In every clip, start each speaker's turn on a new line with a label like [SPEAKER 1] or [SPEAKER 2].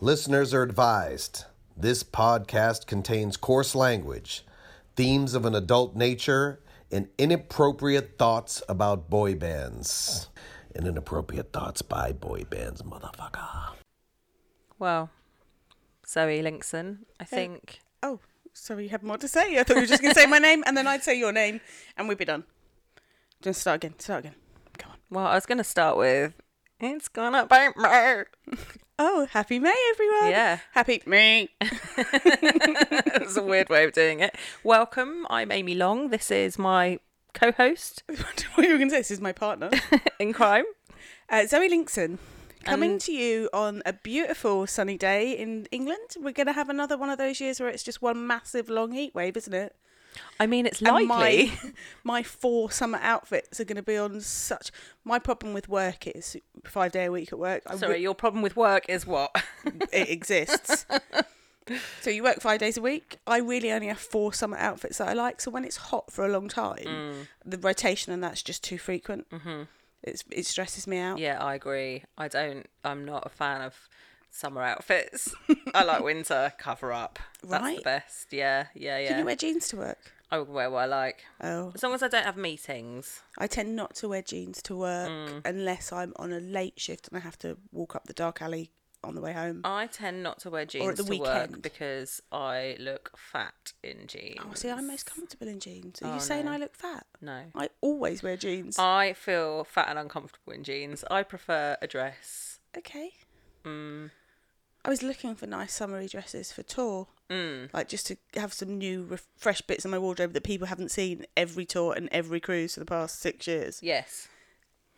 [SPEAKER 1] Listeners are advised this podcast contains coarse language, themes of an adult nature, and inappropriate thoughts about boy bands. And inappropriate thoughts by boy bands, motherfucker.
[SPEAKER 2] Well, Zoe Linkson, I think.
[SPEAKER 3] Oh, so you had more to say? I thought you were just going to say my name and then I'd say your name and we'd be done. Just start again. Start again. Come on.
[SPEAKER 2] Well, I was going to start with It's Gonna Bite Me.
[SPEAKER 3] Oh, happy May, everyone.
[SPEAKER 2] Yeah.
[SPEAKER 3] Happy May.
[SPEAKER 2] It was a weird way of doing it. Welcome. I'm Amy Long. This is my co host
[SPEAKER 3] what you were going to say? This is my partner.
[SPEAKER 2] in crime.
[SPEAKER 3] Uh, Zoe Linkson, coming to you on a beautiful sunny day in England. We're going to have another one of those years where it's just one massive long heat wave, isn't it?
[SPEAKER 2] I mean, it's
[SPEAKER 3] And
[SPEAKER 2] likely.
[SPEAKER 3] my my four summer outfits are going to be on such. My problem with work is five day a week at work. I
[SPEAKER 2] Sorry, your problem with work is what?
[SPEAKER 3] it exists. so you work five days a week. I really only have four summer outfits that I like. So when it's hot for a long time, the rotation and that's just too frequent. Mm-hmm. It's, it stresses me out.
[SPEAKER 2] yeah, I agree. I don't, I'm not a fan of summer outfits. I like winter cover up. That's the
[SPEAKER 3] Right.
[SPEAKER 2] best. Yeah, yeah, yeah.
[SPEAKER 3] Can you wear jeans to work?
[SPEAKER 2] I would wear what I like.
[SPEAKER 3] Oh,
[SPEAKER 2] As long as I don't have meetings.
[SPEAKER 3] I tend not to wear jeans to work unless I'm on a late shift and I have to walk up the dark alley on the way home.
[SPEAKER 2] I tend not to wear jeans
[SPEAKER 3] the
[SPEAKER 2] to work
[SPEAKER 3] weekend.
[SPEAKER 2] because I look fat in jeans.
[SPEAKER 3] Oh, see, I'm most comfortable in jeans. Are
[SPEAKER 2] Oh,
[SPEAKER 3] you saying
[SPEAKER 2] no.
[SPEAKER 3] I look fat?
[SPEAKER 2] No.
[SPEAKER 3] I always wear jeans.
[SPEAKER 2] I feel fat and uncomfortable in jeans. I prefer a dress.
[SPEAKER 3] Okay. I was looking for nice summery dresses for tour, mm. like just to have some new, ref- fresh bits in my wardrobe that people haven't seen every tour and every cruise for the past six years.
[SPEAKER 2] Yes.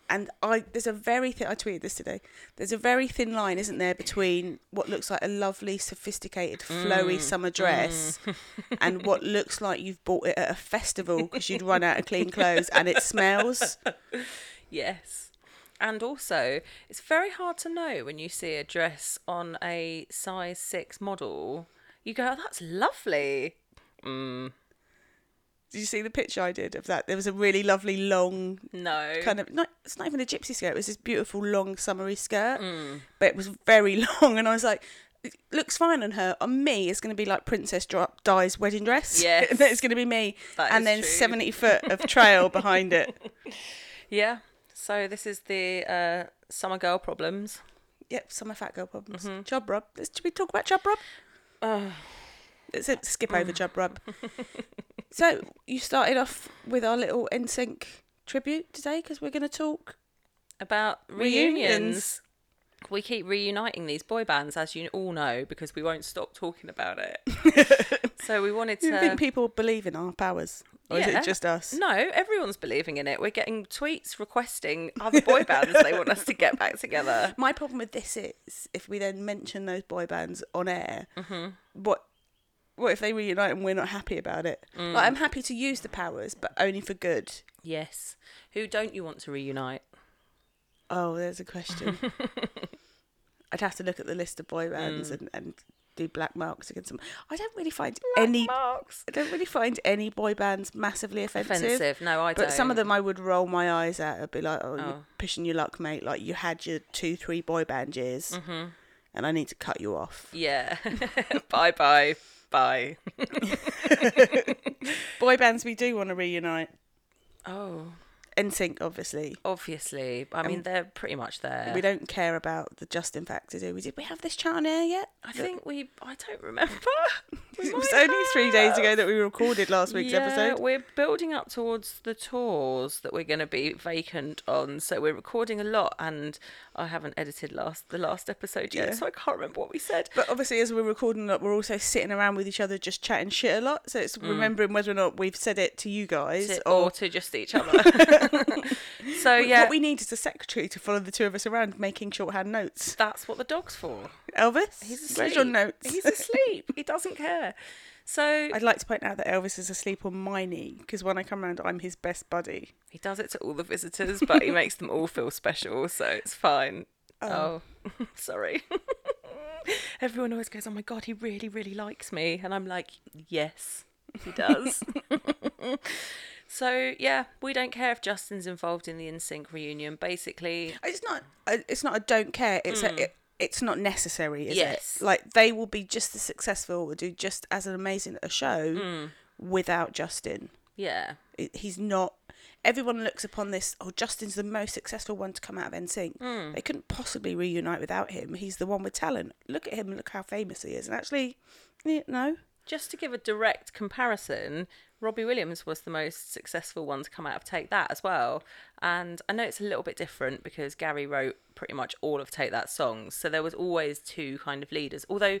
[SPEAKER 3] And I, there's a very thin. I tweeted this today. There's a very thin line, isn't there, between what looks like a lovely, sophisticated, flowy summer dress, and what looks like you've bought it at a festival because you'd run out of clean clothes and it smells.
[SPEAKER 2] Yes. And also, it's very hard to know when you see a dress on a size six model. You go, oh, that's lovely.
[SPEAKER 3] Did you see the picture I did of that? There was a really lovely long
[SPEAKER 2] No.
[SPEAKER 3] kind of not it's not even a gypsy skirt it was this beautiful long summery skirt
[SPEAKER 2] Mm.
[SPEAKER 3] but it was very long and i was like it looks fine on her on me it's going to be like princess Dri- di's wedding dress
[SPEAKER 2] Yes.
[SPEAKER 3] And then it's going to be me
[SPEAKER 2] That
[SPEAKER 3] and
[SPEAKER 2] is
[SPEAKER 3] then
[SPEAKER 2] true.
[SPEAKER 3] 70 foot of trail behind it
[SPEAKER 2] yeah. So this is the uh, summer girl problems.
[SPEAKER 3] yep summer fat girl problems
[SPEAKER 2] Mm-hmm.
[SPEAKER 3] job rub Let's, should we talk about job rub let's uh, skip over
[SPEAKER 2] Mm.
[SPEAKER 3] job rub so you started off with our little nsync tribute today because we're going to talk
[SPEAKER 2] About reunions.
[SPEAKER 3] reunions
[SPEAKER 2] we keep reuniting these boy bands, as you all know, because we won't stop talking about it. so we wanted to.
[SPEAKER 3] do you think people believe in our powers or is
[SPEAKER 2] Yeah.
[SPEAKER 3] it just us
[SPEAKER 2] No, everyone's believing in it. We're getting tweets requesting other boy bands they want us to get back together.
[SPEAKER 3] My problem with this is if we then mention those boy bands on air,
[SPEAKER 2] Mm-hmm.
[SPEAKER 3] what what if they reunite and we're not happy about it?
[SPEAKER 2] Mm.
[SPEAKER 3] Like, I'm happy to use the powers, but only for good.
[SPEAKER 2] Yes. Who don't you want to reunite?
[SPEAKER 3] Oh, there's a question. I'd have to look at the list of boy bands
[SPEAKER 2] Mm.
[SPEAKER 3] and, and do black marks against them. I don't really find any.
[SPEAKER 2] marks.
[SPEAKER 3] I don't really find any boy bands massively offensive.
[SPEAKER 2] Offensive. No, I
[SPEAKER 3] but some of
[SPEAKER 2] don't.
[SPEAKER 3] them I would roll my eyes at and be like, "Oh, you're pushing your luck, mate! Like you had your two, three boy band years,
[SPEAKER 2] Mm-hmm.
[SPEAKER 3] and I need to cut you off."
[SPEAKER 2] Yeah. bye bye. Bye.
[SPEAKER 3] boy bands we do want to reunite.
[SPEAKER 2] Oh,
[SPEAKER 3] NSYNC, obviously.
[SPEAKER 2] obviously. I mean, they're pretty much there.
[SPEAKER 3] We don't care about the Justin factor, do we? Did we have this chat on air yet?
[SPEAKER 2] I think we. I don't remember. We
[SPEAKER 3] it was
[SPEAKER 2] might
[SPEAKER 3] only three days
[SPEAKER 2] have.
[SPEAKER 3] ago that we recorded last week's episode.
[SPEAKER 2] We're building up towards the tours that we're going to be vacant on, so we're recording a lot, and I haven't edited last the last episode yet,
[SPEAKER 3] Yeah.
[SPEAKER 2] so I can't remember what we said.
[SPEAKER 3] But obviously, as we're recording that, we're also sitting around with each other just chatting shit a lot. So it's remembering whether or not we've said it to you guys
[SPEAKER 2] Mm. To-
[SPEAKER 3] or.
[SPEAKER 2] or to just each other. so yeah,
[SPEAKER 3] What we need is a secretary to follow the two of us around making shorthand notes.
[SPEAKER 2] that's what the dog's for.
[SPEAKER 3] Elvis,
[SPEAKER 2] He's asleep.
[SPEAKER 3] where's your notes?
[SPEAKER 2] He's asleep. he doesn't care. So
[SPEAKER 3] I'd like to point out that Elvis is asleep on my knee because when I come round, I'm his best buddy.
[SPEAKER 2] he does it to all the visitors, but he makes them all feel special, so it's fine. Oh, sorry. Everyone always goes, "Oh my god, he really, really likes me," and I'm like, "Yes, he does." so yeah, we don't care if Justin's involved in the InSync reunion. Basically,
[SPEAKER 3] It's not. It's not a don't care. It's a. It, it's not necessary, is
[SPEAKER 2] Mm. Yes.
[SPEAKER 3] it? Like they will be just as successful, will do just as an amazing a show
[SPEAKER 2] Mm.
[SPEAKER 3] without Justin.
[SPEAKER 2] Yeah.
[SPEAKER 3] It- He's not. Everyone looks upon this. Oh, Justin's the most successful one to come out of NSYNC.
[SPEAKER 2] Mm.
[SPEAKER 3] They couldn't possibly reunite without him. He's the one with talent. Look at him. Look how famous he is. And actually, yeah, no.
[SPEAKER 2] Just to give a direct comparison, Robbie Williams was the most successful one to come out of Take That as well. And I know it's a little bit different because Gary wrote pretty much all of Take That songs. So there was always two kind of leaders. Although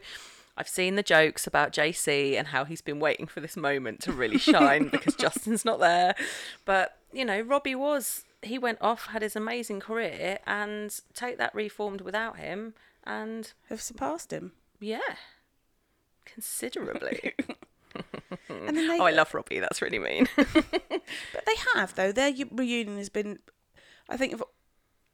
[SPEAKER 2] I've seen the jokes about JC and how he's been waiting for this moment to really shine because Justin's not there. But, you know, Robbie was, he went off, had his amazing career, and Take That reformed without him. And
[SPEAKER 3] Have surpassed him.
[SPEAKER 2] yeah, considerably.
[SPEAKER 3] And then they,
[SPEAKER 2] Oh, I love Robbie. That's really mean.
[SPEAKER 3] But they have though. Their u- reunion has been, I think, of,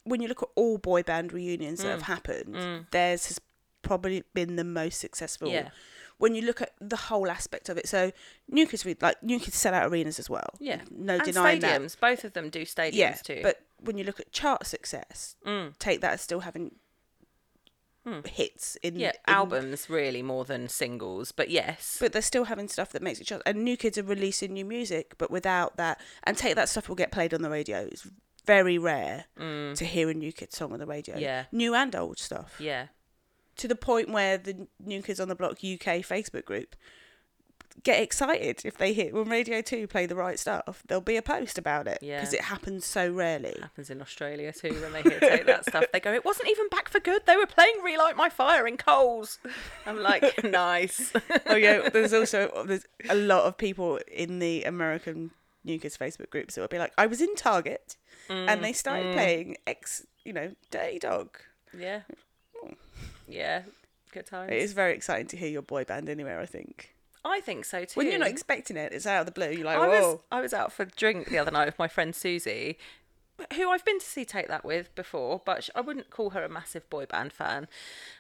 [SPEAKER 3] when you look at all boy band reunions that
[SPEAKER 2] Mm.
[SPEAKER 3] have happened, theirs has probably been the most successful.
[SPEAKER 2] Yeah.
[SPEAKER 3] When you look at the whole aspect of it, so new kids re- like new kids sell out arenas as well. no
[SPEAKER 2] and
[SPEAKER 3] denying that.
[SPEAKER 2] stadiums. Both of them do stadiums
[SPEAKER 3] Yeah,
[SPEAKER 2] too. Mm.
[SPEAKER 3] but when you look at chart success, take that as still having hits in
[SPEAKER 2] Hmm. yeah,
[SPEAKER 3] in-
[SPEAKER 2] albums really more than singles. But yes,
[SPEAKER 3] But they're still having stuff that makes it chart. And new kids are releasing new music, but without that, and take that stuff will get played on the radio. It's very rare to hear a new kid song on the radio.
[SPEAKER 2] Mm. Yeah.
[SPEAKER 3] new and old stuff.
[SPEAKER 2] yeah,
[SPEAKER 3] To the point where the new kids on the block UK Facebook group get excited if they hear when Radio Two play the right stuff. There'll be a post about it
[SPEAKER 2] Yeah.
[SPEAKER 3] because it happens so rarely.
[SPEAKER 2] happens in Australia too when they hear take that stuff. They go, "It wasn't even back for good. They were playing Relight My Fire in Coles." I'm like, nice.
[SPEAKER 3] oh yeah, there's also oh, there's a lot of people in the American New Kids Facebook groups that would be like, I was in Target and they started
[SPEAKER 2] Mm-hmm.
[SPEAKER 3] playing X, you know, Dirty Dog.
[SPEAKER 2] yeah, yeah, good times.
[SPEAKER 3] It is very exciting to hear your boy band anywhere. I think
[SPEAKER 2] I think so too.
[SPEAKER 3] when you're not expecting it, it's out of the blue. You're like,
[SPEAKER 2] I was
[SPEAKER 3] whoa.
[SPEAKER 2] I was out for a drink the other night with my friend Susie, who I've been to see Take That with before, but sh I wouldn't call her a massive boy band fan.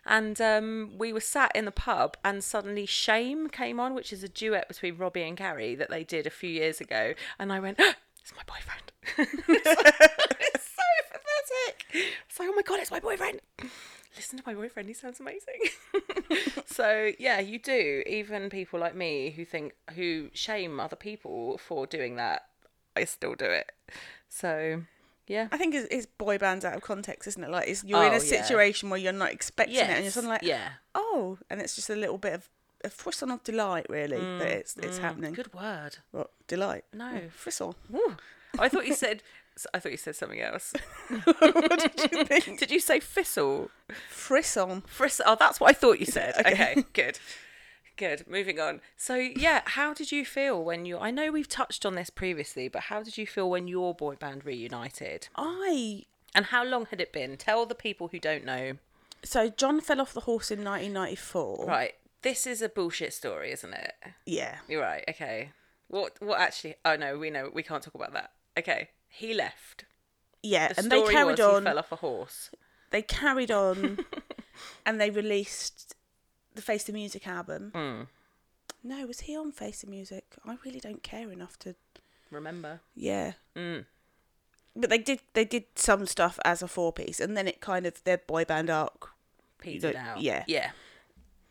[SPEAKER 2] And um, we were sat in the pub, and suddenly Shame came on, which is a duet between Robbie and Gary that they did a few years ago, and I went. It's my boyfriend. it's so pathetic. It's like, oh my god, it's my boyfriend. Listen to my boyfriend; he sounds amazing. so yeah, you do. Even people like me who think who shame other people for doing that, I still do it. So yeah,
[SPEAKER 3] I think it's, it's boy bands out of context, isn't it? Like it's, you're in
[SPEAKER 2] Oh,
[SPEAKER 3] a
[SPEAKER 2] yeah.
[SPEAKER 3] situation where you're not expecting it, and you're
[SPEAKER 2] Yes,
[SPEAKER 3] sort of like,
[SPEAKER 2] yeah.
[SPEAKER 3] oh, and it's just a little bit of a frisson of delight, really, that it's it's happening.
[SPEAKER 2] Mm, good word.
[SPEAKER 3] What delight?
[SPEAKER 2] No.
[SPEAKER 3] Oh, frisson.
[SPEAKER 2] Ooh. I thought you said. I thought you said something else.
[SPEAKER 3] what did you think?
[SPEAKER 2] Did you say fissile?
[SPEAKER 3] Frisson.
[SPEAKER 2] Friss. Oh, that's what I thought you said. okay.
[SPEAKER 3] Okay.
[SPEAKER 2] good. Good. Moving on. So, yeah, how did you feel when you? I know we've touched on this previously, but how did you feel when your boy band reunited?
[SPEAKER 3] I
[SPEAKER 2] And how long had it been? Tell the people who don't know.
[SPEAKER 3] So John fell off the horse in 1994.
[SPEAKER 2] Right. This is a bullshit story, isn't it?
[SPEAKER 3] Yeah.
[SPEAKER 2] You're right. Okay. What? What actually? Oh no, we know we can't talk about that. Okay. He left.
[SPEAKER 3] Yeah.
[SPEAKER 2] The
[SPEAKER 3] and
[SPEAKER 2] story
[SPEAKER 3] they carried
[SPEAKER 2] was
[SPEAKER 3] on.
[SPEAKER 2] He fell off a horse.
[SPEAKER 3] They carried on, and they released the Face the Music album.
[SPEAKER 2] Mm.
[SPEAKER 3] No, was he on Face the Music? I really don't care enough to.
[SPEAKER 2] Remember?
[SPEAKER 3] Yeah.
[SPEAKER 2] Mm.
[SPEAKER 3] But they did. They did some stuff as a four piece, and then it kind of their boy band arc,
[SPEAKER 2] Petered
[SPEAKER 3] don't-
[SPEAKER 2] out.
[SPEAKER 3] yeah.
[SPEAKER 2] Yeah.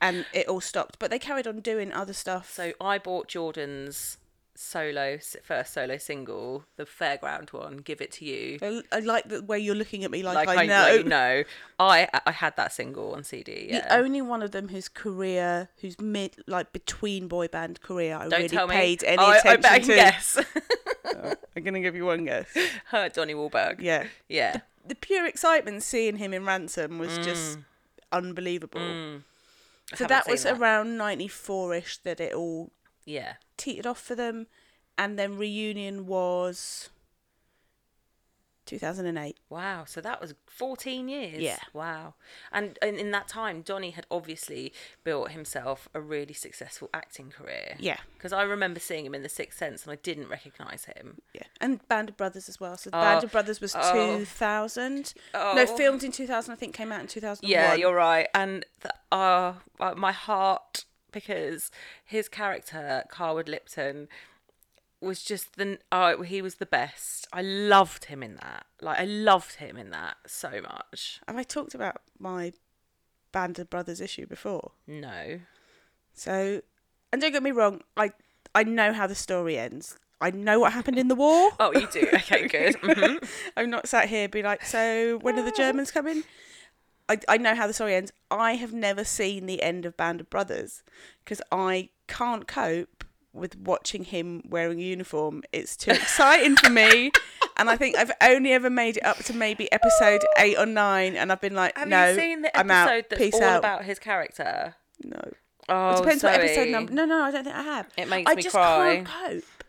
[SPEAKER 3] and it all stopped. But they carried on doing other stuff.
[SPEAKER 2] So I bought Jordan's solo first solo single, the Fairground one, "Give It to You."
[SPEAKER 3] I, I like the way you're looking at me like,
[SPEAKER 2] Like
[SPEAKER 3] Oh, I, know.
[SPEAKER 2] like, no, I I had that single on CD. Yeah.
[SPEAKER 3] The only one of them whose career, who's mid, like between boy band career, I
[SPEAKER 2] Don't
[SPEAKER 3] really
[SPEAKER 2] tell me.
[SPEAKER 3] paid any
[SPEAKER 2] I, I
[SPEAKER 3] attention
[SPEAKER 2] bet I can
[SPEAKER 3] to.
[SPEAKER 2] guess.
[SPEAKER 3] I'm gonna give you one guess.
[SPEAKER 2] Her Donny Wahlberg.
[SPEAKER 3] Yeah,
[SPEAKER 2] Yeah.
[SPEAKER 3] the pure excitement seeing him in Ransom was just unbelievable. So
[SPEAKER 2] Mm. haven't
[SPEAKER 3] that
[SPEAKER 2] seen
[SPEAKER 3] was
[SPEAKER 2] that.
[SPEAKER 3] around '94ish that it all
[SPEAKER 2] Yeah.
[SPEAKER 3] teetered off for them, and then reunion was 2008.
[SPEAKER 2] Wow. So that was 14 years.
[SPEAKER 3] Yeah.
[SPEAKER 2] Wow. And, and in that time, Donny had obviously built himself a really successful acting career.
[SPEAKER 3] Yeah.
[SPEAKER 2] Because I remember seeing him in The Sixth Sense and I didn't recognise him.
[SPEAKER 3] Yeah, and Band of Brothers as well. So Band of Brothers was
[SPEAKER 2] oh.
[SPEAKER 3] 2000.
[SPEAKER 2] Oh.
[SPEAKER 3] No, filmed in 2000. I think came out in 2001.
[SPEAKER 2] Yeah, you're right. And th- uh, uh, my heart, because his character, Carwood Lipton, was just the oh he was the best. I loved him in that. Like I loved him in that so much.
[SPEAKER 3] Have I talked about my Band of Brothers issue before.
[SPEAKER 2] No.
[SPEAKER 3] So, and don't get me wrong, I I know how the story ends. I know what happened in the war.
[SPEAKER 2] Oh, you do. Okay, good. Mhm.
[SPEAKER 3] I'm not sat here be like, so when are the Germans coming? I, I know how the story ends. I have never seen the end of Band of Brothers because I can't cope with watching him wearing a uniform. It's too exciting for me. And I think I've only ever made it up to maybe episode eight or nine, and I've been like,
[SPEAKER 2] Have
[SPEAKER 3] no,
[SPEAKER 2] you seen the
[SPEAKER 3] I'm out.
[SPEAKER 2] episode that's
[SPEAKER 3] Peace
[SPEAKER 2] all
[SPEAKER 3] out.
[SPEAKER 2] about his character?
[SPEAKER 3] no.
[SPEAKER 2] Oh,
[SPEAKER 3] It depends what episode
[SPEAKER 2] Zoe.
[SPEAKER 3] number. No, no, I don't think I have.
[SPEAKER 2] It makes
[SPEAKER 3] I
[SPEAKER 2] me
[SPEAKER 3] just
[SPEAKER 2] cry.
[SPEAKER 3] can't cope.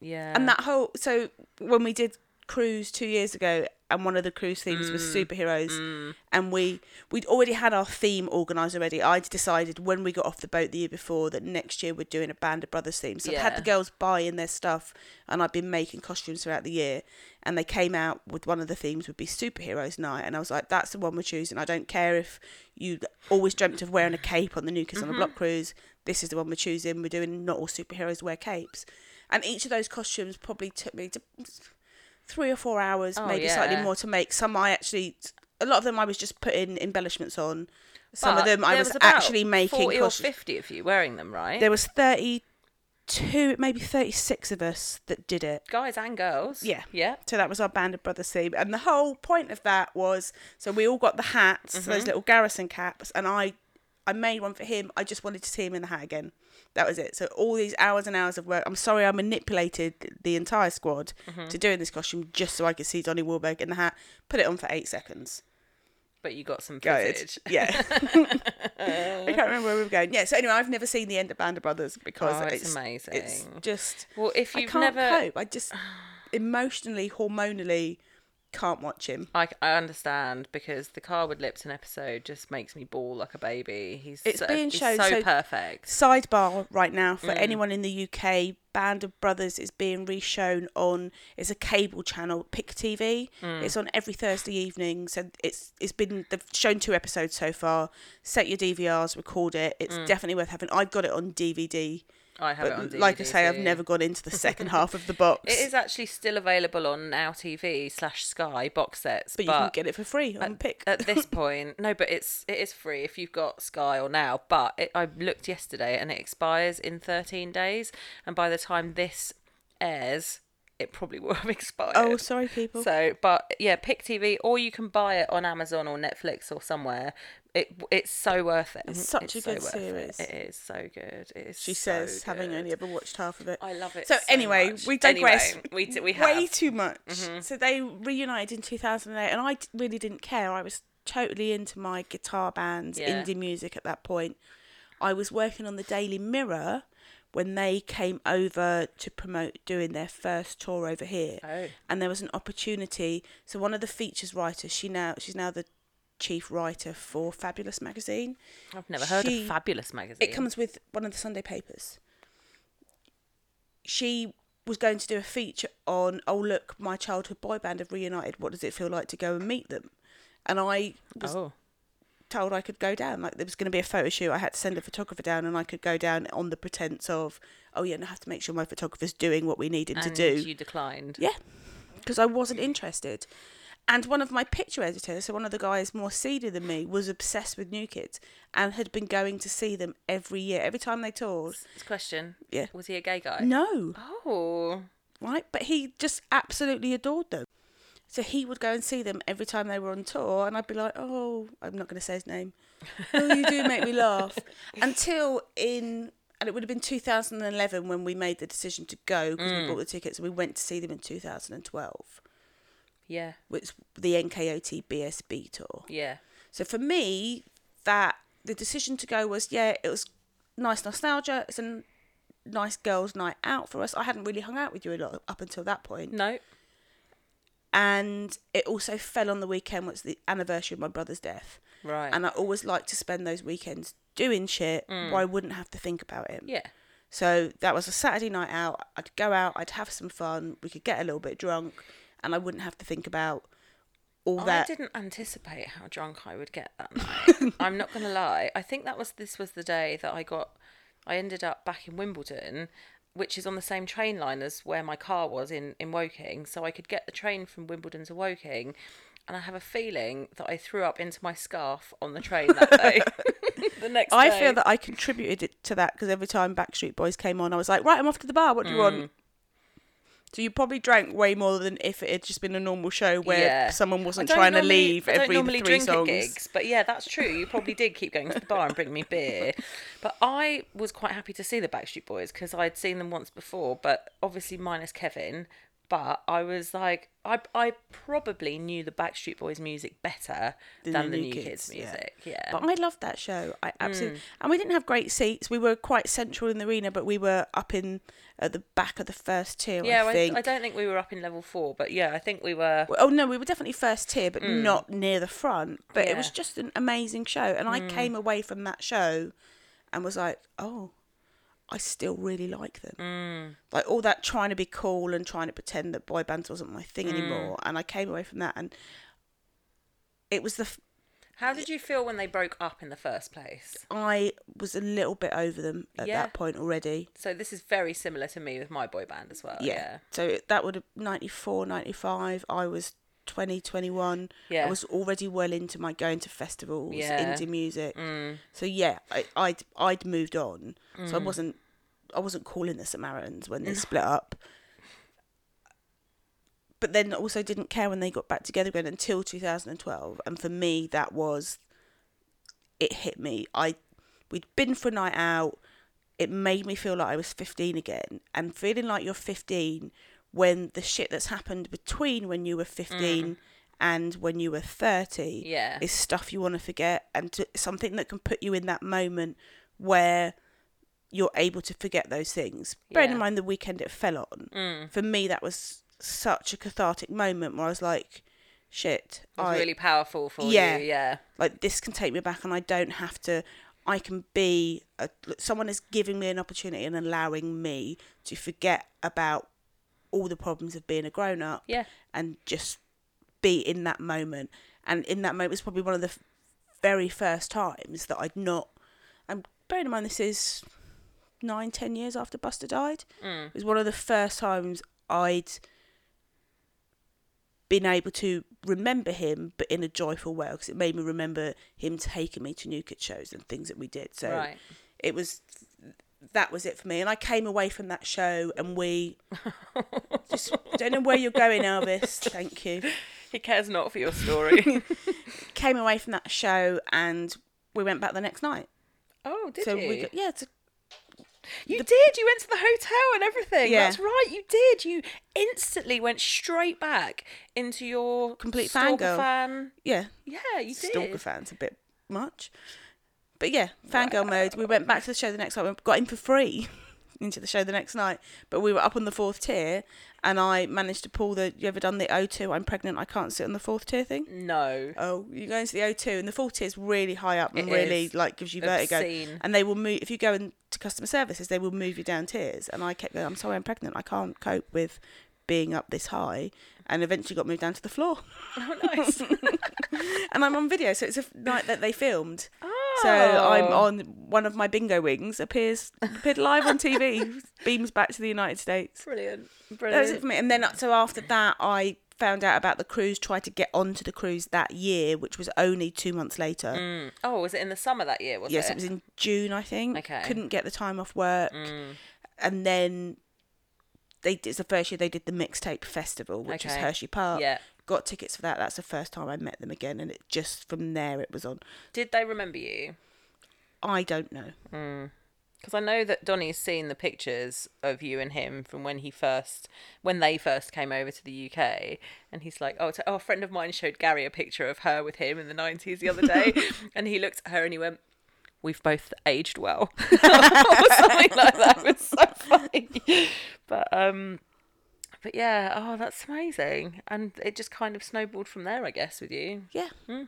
[SPEAKER 2] Yeah.
[SPEAKER 3] And that whole so when we did cruise two years ago, and one of the cruise themes was
[SPEAKER 2] Mm.
[SPEAKER 3] superheroes, and we we'd already had our theme organised already. I'd decided when we got off the boat the year before that next year we're doing a Band of Brothers theme. So I've had the
[SPEAKER 2] Yeah.
[SPEAKER 3] girls buy in their stuff, and I've been making costumes throughout the year, and they came out with one of the themes would be superheroes night, and I was like, that's the one we're choosing. I don't care if you always dreamt of wearing a cape on the New Kids
[SPEAKER 2] Mm-hmm.
[SPEAKER 3] on the Block cruise. This is the one we're choosing. We're doing not all superheroes wear capes. And each of those costumes probably took me to three or four hours,
[SPEAKER 2] Oh,
[SPEAKER 3] maybe slightly
[SPEAKER 2] yeah.
[SPEAKER 3] more to make. Some I actually, a lot of them I was just putting embellishments on. Some
[SPEAKER 2] But
[SPEAKER 3] of them I
[SPEAKER 2] there
[SPEAKER 3] was,
[SPEAKER 2] about
[SPEAKER 3] actually making
[SPEAKER 2] 40 or
[SPEAKER 3] costumes.
[SPEAKER 2] 50 of you wearing them, right?
[SPEAKER 3] There was 32, maybe 36 of us that did it.
[SPEAKER 2] Guys and girls.
[SPEAKER 3] Yeah.
[SPEAKER 2] Yeah.
[SPEAKER 3] So that was our Band of Brothers theme. And the whole point of that was so we all got the hats,
[SPEAKER 2] Mm-hmm.
[SPEAKER 3] those little garrison caps, and I I made one for him. I just wanted to see him in the hat again. That was it. So all these hours and hours of work. I'm sorry I manipulated the entire squad
[SPEAKER 2] Mm-hmm.
[SPEAKER 3] to doing this costume just so I could see Donnie Wahlberg in the hat. Put it on for eight seconds.
[SPEAKER 2] But you got some
[SPEAKER 3] Gutted.
[SPEAKER 2] footage.
[SPEAKER 3] Yeah. I can't remember where we were going. Yeah, so anyway, I've never seen the end of Band of Brothers because
[SPEAKER 2] Oh, it's
[SPEAKER 3] It's
[SPEAKER 2] amazing.
[SPEAKER 3] just
[SPEAKER 2] Well, if
[SPEAKER 3] I
[SPEAKER 2] you've
[SPEAKER 3] can't
[SPEAKER 2] never.
[SPEAKER 3] cope. I just emotionally, hormonally can't watch him.
[SPEAKER 2] I, I understand because the Carwood Lipton episode just makes me bawl like a baby. He's
[SPEAKER 3] It's
[SPEAKER 2] so,
[SPEAKER 3] being
[SPEAKER 2] he's
[SPEAKER 3] shown,
[SPEAKER 2] so,
[SPEAKER 3] so-
[SPEAKER 2] perfect.
[SPEAKER 3] Sidebar right now
[SPEAKER 2] Mm.
[SPEAKER 3] for anyone in the UK, Band of Brothers is being reshown on it's a cable channel, Pick TV.
[SPEAKER 2] Mm.
[SPEAKER 3] It's on every Thursday evening. So it's it's been they've shown two episodes so far. Set your DVRs, record it. It's definitely worth having. I've got it on DVD.
[SPEAKER 2] Mm. I have
[SPEAKER 3] But
[SPEAKER 2] it on DVD
[SPEAKER 3] like I say, I've
[SPEAKER 2] too.
[SPEAKER 3] never gone into the second half of the box.
[SPEAKER 2] It is actually still available on Now TV slash Sky box sets,
[SPEAKER 3] but
[SPEAKER 2] but,
[SPEAKER 3] you can get it for free on Pick.
[SPEAKER 2] at this point, no. But it's it is free if you've got Sky or Now. But it, I looked yesterday, and it expires in 13 days. And by the time this airs, it probably will have expired.
[SPEAKER 3] oh, sorry, people.
[SPEAKER 2] So, but yeah, Pick TV, or you can buy it on Amazon or Netflix or somewhere. It it's so worth it. Mm-hmm.
[SPEAKER 3] It's such a
[SPEAKER 2] so
[SPEAKER 3] good
[SPEAKER 2] worth it.
[SPEAKER 3] series.
[SPEAKER 2] It is so good. It is.
[SPEAKER 3] She
[SPEAKER 2] so
[SPEAKER 3] says, having
[SPEAKER 2] good.
[SPEAKER 3] only ever watched half of it.
[SPEAKER 2] I love it.
[SPEAKER 3] So, anyway,
[SPEAKER 2] much.
[SPEAKER 3] we digress.
[SPEAKER 2] Anyway, we d- we
[SPEAKER 3] way
[SPEAKER 2] have. Mm-hmm.
[SPEAKER 3] too much. So they reunited in 2008, and I d- really didn't care. I was totally into my guitar bands,
[SPEAKER 2] Yeah.
[SPEAKER 3] indie music at that point. I was working on the Daily Mirror when they came over to promote doing their first tour over here,
[SPEAKER 2] Oh.
[SPEAKER 3] and there was an opportunity. So one of the features writers, she now she's now the chief writer for Fabulous magazine.
[SPEAKER 2] I've never heard
[SPEAKER 3] She-
[SPEAKER 2] of Fabulous magazine.
[SPEAKER 3] It comes with one of the Sunday papers. She was going to do a feature on, oh look, my childhood boy band have reunited. What does it feel like to go and meet them? And I was
[SPEAKER 2] Oh,
[SPEAKER 3] told I could go down. Like there was going to be a photo shoot. I had to send a photographer down, and I could go down on the pretense of, oh yeah, and I have to make sure my photographer's doing what we need him
[SPEAKER 2] and
[SPEAKER 3] to do.
[SPEAKER 2] you declined.
[SPEAKER 3] Yeah, because I wasn't interested. And one of my picture editors, so one of the guys more seedy than me, was obsessed with New Kids and had been going to see them every year, every time they toured.
[SPEAKER 2] This question.
[SPEAKER 3] Yeah.
[SPEAKER 2] Was he a gay guy?
[SPEAKER 3] No,
[SPEAKER 2] Oh.
[SPEAKER 3] right? But he just absolutely adored them. So he would go and see them every time they were on tour, and I'd be like, "Oh, I'm not going to say his name. Oh, you do make me laugh." Until in, and it would have been 2011 when we made the decision to go because we bought the tickets and we went to see them in 2012.
[SPEAKER 2] Yeah.
[SPEAKER 3] which the NKOT BSB tour.
[SPEAKER 2] Yeah.
[SPEAKER 3] So for me, that the decision to go was yeah, it was nice nostalgia. It's a n- nice girls' night out for us. I hadn't really hung out with you a lot up until that point,
[SPEAKER 2] No.
[SPEAKER 3] and it also fell on the weekend, which was the anniversary of my brother's death.
[SPEAKER 2] Right. Mm.
[SPEAKER 3] And I always like to spend those weekends doing shit where I wouldn't have to think about it.
[SPEAKER 2] yeah.
[SPEAKER 3] So that was a Saturday night out. I'd go out, I'd have some fun, we could get a little bit drunk, and I wouldn't have to think about all
[SPEAKER 2] Oh, I
[SPEAKER 3] that.
[SPEAKER 2] didn't anticipate how drunk I would get that night. I'm not gonna lie. I think that was this was the day that I got. I ended up back in Wimbledon, which is on the same train line as where my car was in in Woking, so I could get the train from Wimbledon to Woking. and I have a feeling that I threw up into my scarf on the train that day. the next
[SPEAKER 3] I
[SPEAKER 2] day.
[SPEAKER 3] feel that I contributed it to that because every time Backstreet Boys came on, I was like, right, I'm off to the bar. What do you
[SPEAKER 2] Mm.
[SPEAKER 3] want? So you probably drank way more than if it had just been a normal show where
[SPEAKER 2] Yeah.
[SPEAKER 3] someone wasn't
[SPEAKER 2] I don't
[SPEAKER 3] trying
[SPEAKER 2] normally-
[SPEAKER 3] to leave
[SPEAKER 2] I don't
[SPEAKER 3] every
[SPEAKER 2] normally
[SPEAKER 3] three
[SPEAKER 2] drink
[SPEAKER 3] songs.
[SPEAKER 2] At gigs, but yeah, that's true. You probably did keep going to the bar and bring me beer. But I was quite happy to see the Backstreet Boys because I'd seen them once before, but obviously minus Kevin. But I was like, I I probably knew the Backstreet Boys music better than the New, Kids,
[SPEAKER 3] yeah.
[SPEAKER 2] music. Yeah.
[SPEAKER 3] But I loved that show. I
[SPEAKER 2] Mm.
[SPEAKER 3] absolutely and we didn't have great seats. We were quite central in the arena, but we were up in at the back of the first tier.
[SPEAKER 2] yeah,
[SPEAKER 3] I
[SPEAKER 2] I,
[SPEAKER 3] think.
[SPEAKER 2] I don't think we were up in level four, but yeah, I think we were.
[SPEAKER 3] Oh no, we were definitely first tier, but not near the front. But it was
[SPEAKER 2] Mm. Yeah. Mm.
[SPEAKER 3] just an amazing show, and I came away from that show and was like, oh, I still really like them.
[SPEAKER 2] Mm.
[SPEAKER 3] Like all that trying to be cool and trying to pretend that boy bands wasn't my
[SPEAKER 2] Mm.
[SPEAKER 3] thing anymore, and I came away from that, and it was the f-
[SPEAKER 2] How did you feel when they broke up in the first place?
[SPEAKER 3] I was a little bit over them at
[SPEAKER 2] Yeah.
[SPEAKER 3] that point already.
[SPEAKER 2] So this is very similar to me with my boy band as well.
[SPEAKER 3] yeah.
[SPEAKER 2] yeah.
[SPEAKER 3] So that would have 94, 95. I was 20, 21.
[SPEAKER 2] Yeah.
[SPEAKER 3] I was already well into my going to festivals,
[SPEAKER 2] Yeah. Mm.
[SPEAKER 3] indie music. So yeah, I, I'd I'd moved on. So I wasn't I wasn't calling the Samaritans when they split up. But then also didn't care when they got back together again until 2012. And for me, that was it hit me. I we'd been for a night out. It made me feel like I was 15 again, and feeling like you're 15 when the shit that's happened between when you were 15 and when you were 30
[SPEAKER 2] Mm. Yeah.
[SPEAKER 3] is stuff you want to forget, and to, something that can put you in that moment where you're able to forget those things. Bearing in
[SPEAKER 2] Yeah. Mm.
[SPEAKER 3] mind the weekend it fell on, for me that was such a cathartic moment where I was like, shit,
[SPEAKER 2] It was
[SPEAKER 3] I
[SPEAKER 2] really powerful for
[SPEAKER 3] Yeah.
[SPEAKER 2] you. Yeah.
[SPEAKER 3] like this can take me back and i don't have to i can be a, someone is giving me an opportunity and allowing me to forget about all the problems of being a grown up
[SPEAKER 2] Yeah.
[SPEAKER 3] and just be in that moment and in that moment it's probably one of the f- very first times that i'd not and bearing in mind this is nine ten years after buster died it was one of the first times i'd been able to remember him, but in a joyful way, because it made me remember him taking me to New Kid shows and things that we did. So
[SPEAKER 2] Right.
[SPEAKER 3] it was that was it for me, and I came away from that show, and we just don't know where you're going, Elvis. Thank you.
[SPEAKER 2] He cares not for your story.
[SPEAKER 3] Came away from that show, and we went back the next night.
[SPEAKER 2] oh, did
[SPEAKER 3] so
[SPEAKER 2] you?
[SPEAKER 3] we got, yeah, it's a
[SPEAKER 2] you did. You went to the hotel and everything.
[SPEAKER 3] Yeah.
[SPEAKER 2] That's right. You did. You instantly went straight back into your
[SPEAKER 3] Complete
[SPEAKER 2] stalker
[SPEAKER 3] fangirl.
[SPEAKER 2] fan.
[SPEAKER 3] yeah,
[SPEAKER 2] Yeah, you did.
[SPEAKER 3] stalker fans a bit much. But yeah, fangirl mode. We went back to the show the next night. We got in for free into the show the next night. But we were up on the fourth tier, and I managed to pull the. You ever done the O2? I'm pregnant. I can't sit on the fourth tier thing.
[SPEAKER 2] No.
[SPEAKER 3] Oh, you go into the O2, and the fourth tier is really high up and
[SPEAKER 2] It
[SPEAKER 3] really
[SPEAKER 2] is.
[SPEAKER 3] like gives you vertigo.
[SPEAKER 2] Obscene.
[SPEAKER 3] And they will move if you go into customer services, they will move you down tiers. And I kept going. I'm sorry, I'm pregnant. I can't cope with being up this high. And eventually got moved down to the floor.
[SPEAKER 2] Oh, nice.
[SPEAKER 3] and I'm on video, so it's a f- night that they filmed. So I'm
[SPEAKER 2] Oh.
[SPEAKER 3] on one of my bingo wings appears appeared live on TV, beams back to the United States.
[SPEAKER 2] Brilliant.
[SPEAKER 3] That was it
[SPEAKER 2] Brilliant.
[SPEAKER 3] for me. And then uh, so after that, I found out about the cruise. Tried to get onto the cruise that year, which was only two months later.
[SPEAKER 2] Oh, was it in the summer that year? Was
[SPEAKER 3] Yes,
[SPEAKER 2] it?
[SPEAKER 3] it was in June, I think.
[SPEAKER 2] Okay. Mm.
[SPEAKER 3] Couldn't get the time off work, and then they did- it's the first year they did the mixtape festival, which was
[SPEAKER 2] Okay.
[SPEAKER 3] Hershey Park.
[SPEAKER 2] Yeah.
[SPEAKER 3] Got tickets for that. That's the first time I met them again, and it just from there it was on.
[SPEAKER 2] Did they remember you?
[SPEAKER 3] I don't know.
[SPEAKER 2] Because I know that Donny's seen the pictures of you and him from when he first, when they first came over to the UK, and he's like, "Oh, it's- oh, a friend of mine showed Gary a picture of her with him in the '90s the other day, and he looked at her and he went." We've both aged well, or something like that. It was so funny, but um, but yeah, oh, that's amazing, and it just kind of snowballed from there, I guess, with you.
[SPEAKER 3] Yeah.
[SPEAKER 2] Hmm.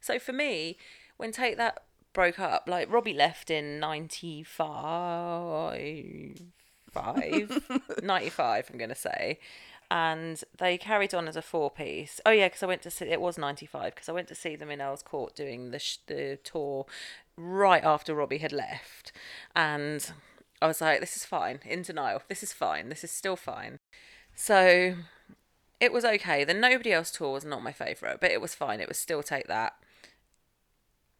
[SPEAKER 2] So for me, when Take That broke up, like Robbie left in 95, five, 95, I'm going to say. And they carried on as a four piece. Oh, yeah, because I went to see, it was 95, because I went to see them in Earls Court doing the, sh- the tour right after Robbie had left. And I was like, this is fine, in denial. This is fine. This is still fine. So It was okay. The Nobody Else tour was not my favourite, but it was fine. It was still take that.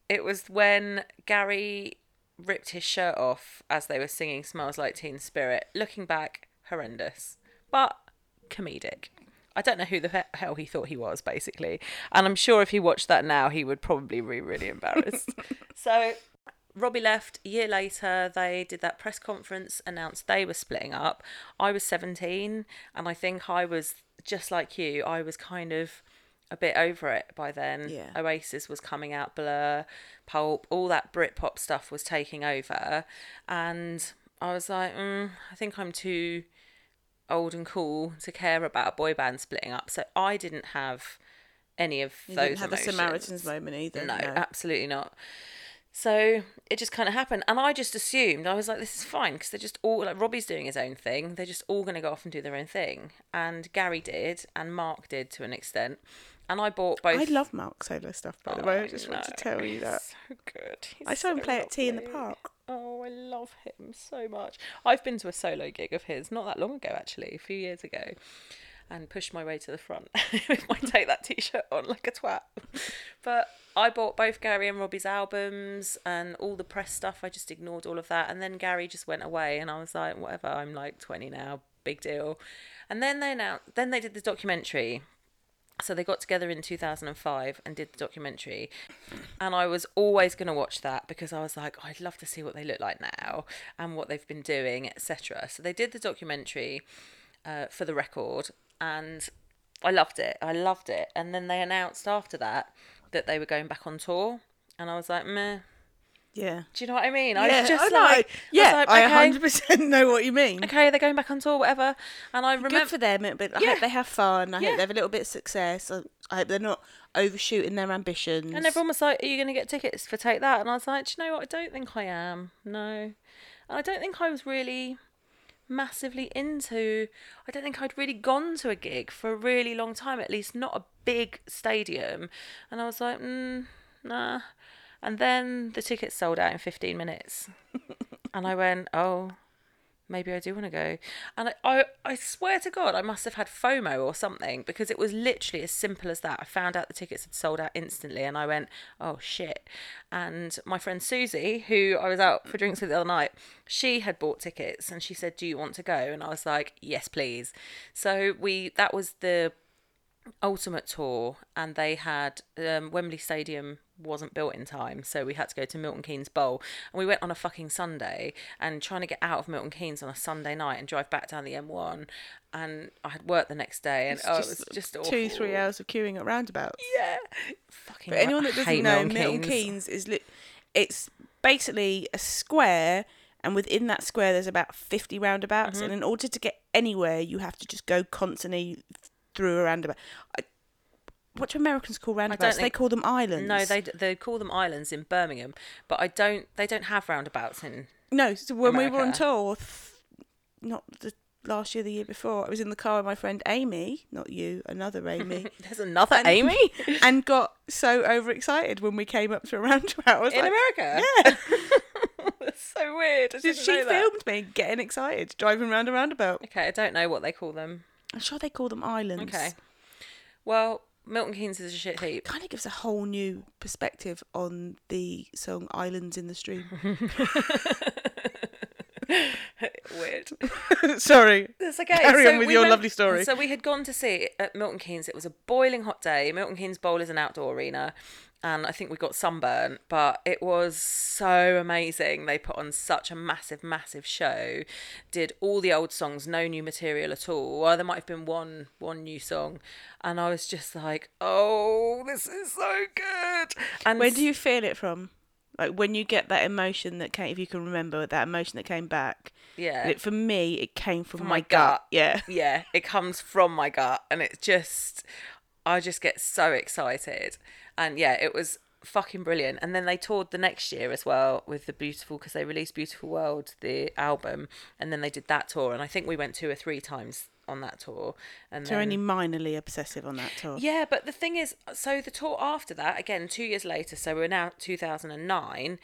[SPEAKER 2] It was when Gary ripped his shirt off as they were singing Smells Like Teen Spirit. Looking back, horrendous, but comedic. I don't know who the he- hell he thought he was, basically. And I'm sure if he watched that now, he would probably be really embarrassed. so Robbie left a year later. They did that press conference, announced they were splitting up. I was 17, and I think I was just like you, I was kind of a bit over it by then.
[SPEAKER 3] Yeah.
[SPEAKER 2] Oasis was coming out, Blur, Pulp, all that Britpop stuff was taking over. And I was like, mm, I think I'm too old and cool to care about a boy band splitting up. So I didn't have any of
[SPEAKER 3] You
[SPEAKER 2] those
[SPEAKER 3] didn't have
[SPEAKER 2] emotions.
[SPEAKER 3] a Samaritan's moment either.
[SPEAKER 2] No, absolutely not. So it just kind of happened, and I just assumed I was like, "This is fine," because they're just all like Robbie's doing his own thing. They're just all going to go off and do their own thing, and Gary did, and Mark did to an extent, and I bought both. Oh,
[SPEAKER 3] I love Mark solo stuff, by the way. I just want to
[SPEAKER 2] know.
[SPEAKER 3] tell you that.
[SPEAKER 2] So good. He's
[SPEAKER 3] I saw him
[SPEAKER 2] so
[SPEAKER 3] play at tea in the
[SPEAKER 2] lovely.
[SPEAKER 3] park.
[SPEAKER 2] Oh, I love him so much. I've been to a solo gig of his not that long ago, actually, a few years ago, and pushed my way to the front with my take that t shirt on like a twat. But I bought both Gary and Robbie's albums and all the press stuff. I just ignored all of that. And then Gary just went away, and I was like, whatever, I'm like 20 now, big deal. And then they announced, then they did the documentary. So they got together in 2005 and did the documentary. And I was always going to watch that because I was like, "Oh, I'd love to see what they look like now and what they've been doing, etc. So they did the documentary uh, for the record and I loved it. I loved it. And then they announced after that that they were going back on tour. And I was like, meh.
[SPEAKER 3] Yeah.
[SPEAKER 2] Do you know what I mean? I
[SPEAKER 3] yeah.
[SPEAKER 2] was just
[SPEAKER 3] oh, no, I-
[SPEAKER 2] like,
[SPEAKER 3] yeah,
[SPEAKER 2] I was like,
[SPEAKER 3] I
[SPEAKER 2] okay,
[SPEAKER 3] 100% know what you mean.
[SPEAKER 2] okay, they're going back on tour, whatever. And I remember.
[SPEAKER 3] Good for them, but I
[SPEAKER 2] Yeah.
[SPEAKER 3] hope they have fun. I
[SPEAKER 2] Yeah.
[SPEAKER 3] hope they have a little bit of success. I, I hope they're not overshooting their ambitions.
[SPEAKER 2] And everyone was like, "Are you going to get tickets for Take That?" And I was like, "Do "You know what? I don't think I am. No, and I don't think I was really massively into. I don't think I'd really gone to a gig for a really long time, at least not a big stadium." And I was like, mm, "Nah." And then the tickets sold out in fifteen minutes, and I went, "Oh." Maybe I do want to go. And I, I, I swear to God, I must have had FOMO or something because it was literally as simple as that. I found out the tickets had sold out instantly and I went, oh shit. And my friend Susie, who I was out for drinks with the other night, she had bought tickets and she said, do you want to go? And I was like, yes, please. So we, that was the ultimate tour and they had um, Wembley Stadium wasn't built in time so we had to go to Milton Keynes Bowl and we went on a fucking Sunday and trying to get out of Milton Keynes on a Sunday night and drive back down the M1 and I had work the next day and
[SPEAKER 3] It's
[SPEAKER 2] oh, it was just awful.
[SPEAKER 3] two, three hours of queuing at roundabouts.
[SPEAKER 2] yeah fucking
[SPEAKER 3] But anyone that
[SPEAKER 2] I
[SPEAKER 3] doesn't
[SPEAKER 2] hate
[SPEAKER 3] know,
[SPEAKER 2] Milton
[SPEAKER 3] Milton
[SPEAKER 2] Keynes.
[SPEAKER 3] Keynes is li- it's basically a square, and within that square, there's about 50 roundabouts.
[SPEAKER 2] Mm-hmm.
[SPEAKER 3] And in order to get anywhere, you have to just go constantly through a roundabout. I, what do Americans call roundabouts? They
[SPEAKER 2] think-
[SPEAKER 3] call them islands.
[SPEAKER 2] no they they call them islands in Birmingham but I don't they don't have roundabouts in
[SPEAKER 3] No, so when we were on
[SPEAKER 2] America.
[SPEAKER 3] tour, th- not the last year, the year before, I was in the car with my friend Amy, not you, another Amy,
[SPEAKER 2] there's another
[SPEAKER 3] And-
[SPEAKER 2] Amy
[SPEAKER 3] and got so overexcited when we came up to a roundabout. I was
[SPEAKER 2] in
[SPEAKER 3] like,
[SPEAKER 2] America
[SPEAKER 3] yeah.
[SPEAKER 2] that's so weird I
[SPEAKER 3] She
[SPEAKER 2] didn't know that.
[SPEAKER 3] filmed me getting excited, driving round a roundabout.
[SPEAKER 2] okay I don't know what they call them
[SPEAKER 3] I'm sure they call them islands.
[SPEAKER 2] Okay. Well, Milton Keynes is a shit heap.
[SPEAKER 3] Kind of gives a whole new perspective on the song Islands in the Stream.
[SPEAKER 2] Weird.
[SPEAKER 3] Sorry.
[SPEAKER 2] That's okay.
[SPEAKER 3] Carry on with
[SPEAKER 2] we
[SPEAKER 3] your
[SPEAKER 2] went-
[SPEAKER 3] lovely story.
[SPEAKER 2] So we had gone to see it at Milton Keynes. It was a boiling hot day. Milton Keynes Bowl is an outdoor arena, and I think we got sunburn, but it was so amazing. They put on such a massive, massive show. Did all the old songs, no new material at all. Well, there might have been one one new song, and I was just like, "Oh, this is so good!" And
[SPEAKER 3] Where do you feel it from? Like when you get that emotion that came, if you can remember that emotion that came back.
[SPEAKER 2] yeah,
[SPEAKER 3] It, for me, it came from, my,
[SPEAKER 2] Uh, my
[SPEAKER 3] gut.
[SPEAKER 2] gut.
[SPEAKER 3] Yeah.
[SPEAKER 2] yeah, it comes from my gut, and it's just, I just get so excited, and yeah, it was fucking brilliant. And then they toured the next year as well with the beautiful, because they released Beautiful World, the album, and then they did that tour, and I think we went two or three times on that tour, and
[SPEAKER 3] So
[SPEAKER 2] then.
[SPEAKER 3] only minorly obsessive on that tour.
[SPEAKER 2] Yeah, but the thing is, so the tour after that, again, two years later, so we're now 2009,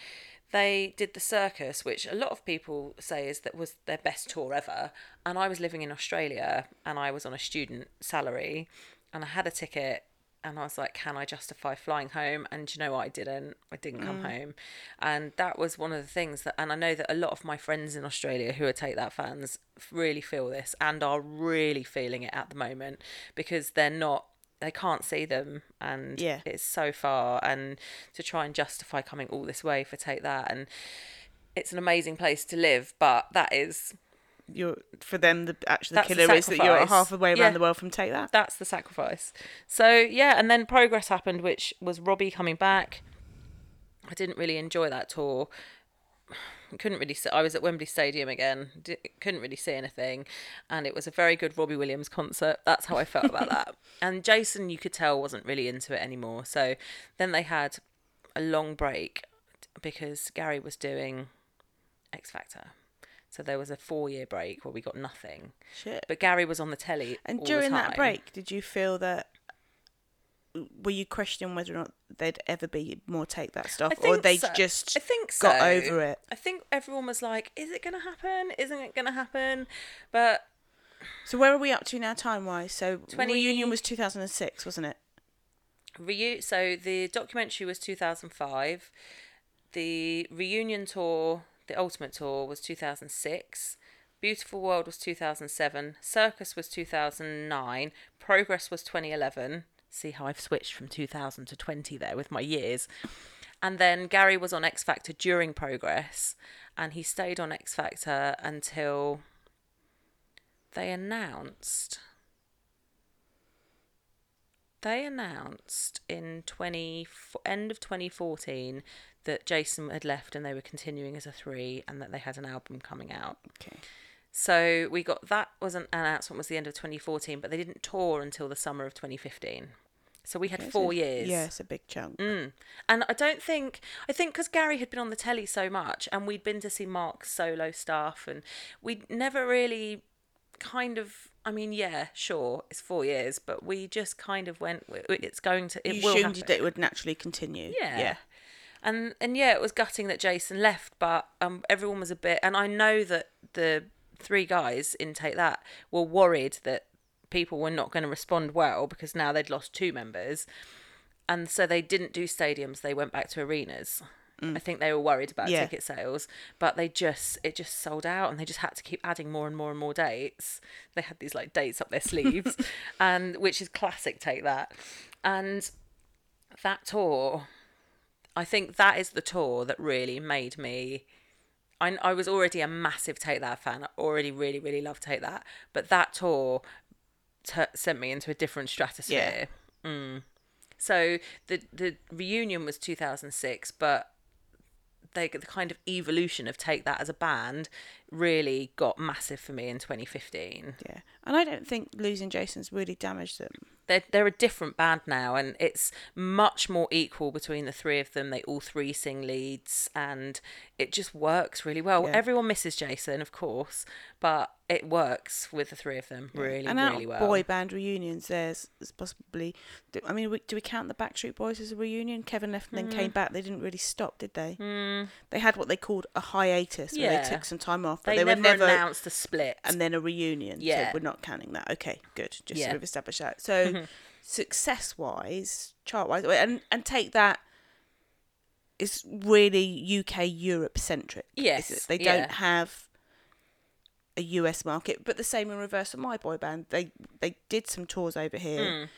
[SPEAKER 2] they did the circus, which a lot of people say is that was their best tour ever. And I was living in Australia and I was on a student salary and I had a ticket and I was like, can I justify flying home? And do you know what? I didn't. I didn't come home. And that was one of the things that, and I know that a lot of my friends in Australia who are Take That fans really feel this and are really feeling it at the moment because they're not, they can't see them. And
[SPEAKER 3] Yeah.
[SPEAKER 2] it's so far. And to try and justify coming all this way for Take That. And it's an amazing place to live, but that is
[SPEAKER 3] You're for them the actually the
[SPEAKER 2] That's the
[SPEAKER 3] killer is that you're
[SPEAKER 2] sacrifice.
[SPEAKER 3] half the way around
[SPEAKER 2] Yeah.
[SPEAKER 3] the world from Take That.
[SPEAKER 2] that's the sacrifice. So yeah, and then progress happened, which was Robbie coming back. I didn't really enjoy that tour. Couldn't really see. I was at Wembley Stadium again. Di couldn't really see anything, and it was a very good Robbie Williams concert. That's how I felt about that. And Jason, you could tell, wasn't really into it anymore. So then they had a long break because Gary was doing X Factor. So there was a four-year break where we got nothing.
[SPEAKER 3] Shit.
[SPEAKER 2] But Gary was on the telly.
[SPEAKER 3] And
[SPEAKER 2] all the
[SPEAKER 3] during that
[SPEAKER 2] time.
[SPEAKER 3] break, did you feel that? Were you questioning whether or not there'd ever be more take that stuff,
[SPEAKER 2] I
[SPEAKER 3] or
[SPEAKER 2] think
[SPEAKER 3] they
[SPEAKER 2] so.
[SPEAKER 3] just
[SPEAKER 2] I think
[SPEAKER 3] got
[SPEAKER 2] so.
[SPEAKER 3] over it?
[SPEAKER 2] I think everyone was like, "Is it going to happen? Isn't it going to happen?" But
[SPEAKER 3] So where are we up to now, time wise? So
[SPEAKER 2] 20
[SPEAKER 3] reunion was two thousand and six, wasn't it?
[SPEAKER 2] reu- so the documentary was 2005. The reunion tour, the ultimate tour, was 2006. Beautiful World was 2007. Circus was 2009. Progress was 2011. See how I've switched from 2000 to 20 there with my years. And then Gary was on X Factor during Progress, and he stayed on X Factor until they announced. They announced in 20 f- end of 2014 that Jason had left and they were continuing as a three, and that they had an album coming out.
[SPEAKER 3] Okay.
[SPEAKER 2] So we got that was an announcement was the end of 2014, but they didn't tour until the summer of 2015. So we had four years. Mm,
[SPEAKER 3] Yeah, it's a big chunk.
[SPEAKER 2] And I don't think I think because Gary had been on the telly so much, and we'd been to see Mark's solo stuff, and we never really kind of. I mean, yeah, sure, it's four years, but we just kind of went. w- w- It's going to. It
[SPEAKER 3] you
[SPEAKER 2] will
[SPEAKER 3] assumed
[SPEAKER 2] happen.
[SPEAKER 3] that it would naturally continue.
[SPEAKER 2] Yeah.
[SPEAKER 3] Yeah.
[SPEAKER 2] And and yeah, it was gutting that Jason left, but um, everyone was a bit. And I know that the three guys in Take That were worried that people were not going to respond well because now they'd lost two members, and so they didn't do stadiums. They went back to arenas. I think they were worried about
[SPEAKER 3] Mm. Yeah.
[SPEAKER 2] ticket sales, but they just it just sold out, and they just had to keep adding more and more and more dates. They had these like dates up their sleeves, and which is classic. Take that, and that tour I think that is the tour that really made me. I, I was already a massive Take That fan. I already really, really loved Take That. But that tour t- sent me into a different stratosphere. Mm. So the, the reunion was 2006, but they, the kind of evolution of Take That as a band really got massive for me in 2015.
[SPEAKER 3] Yeah. And I don't think losing Jason's really damaged them.
[SPEAKER 2] they're they're a different band now, and it's much more equal between the three of them. They all three sing leads, and it just works really well.
[SPEAKER 3] Yeah.
[SPEAKER 2] Everyone misses Jason, of course, but it works with the three of them really,
[SPEAKER 3] and out
[SPEAKER 2] really
[SPEAKER 3] of
[SPEAKER 2] well.
[SPEAKER 3] boy band reunions, there's there's possibly. do- I mean, we- do we count the Backstreet Boys as a reunion? Kevin left and then
[SPEAKER 2] Hmm.
[SPEAKER 3] came back. They didn't really stop, did they? Mm. They had what they called a hiatus, where
[SPEAKER 2] Yeah.
[SPEAKER 3] they took some time off, but
[SPEAKER 2] they,
[SPEAKER 3] they, were
[SPEAKER 2] never,
[SPEAKER 3] never.
[SPEAKER 2] announced a split.
[SPEAKER 3] and then a reunion.
[SPEAKER 2] Yeah.
[SPEAKER 3] So we're not counting that. Okay, good. Just
[SPEAKER 2] Yeah.
[SPEAKER 3] so we've established that. So success wise, chart wise, and, and take that is really UK Europe centric. is
[SPEAKER 2] Yes,
[SPEAKER 3] it? They
[SPEAKER 2] yeah.
[SPEAKER 3] don't have a US market, but the same in reverse of my boy band. They they did some tours over here,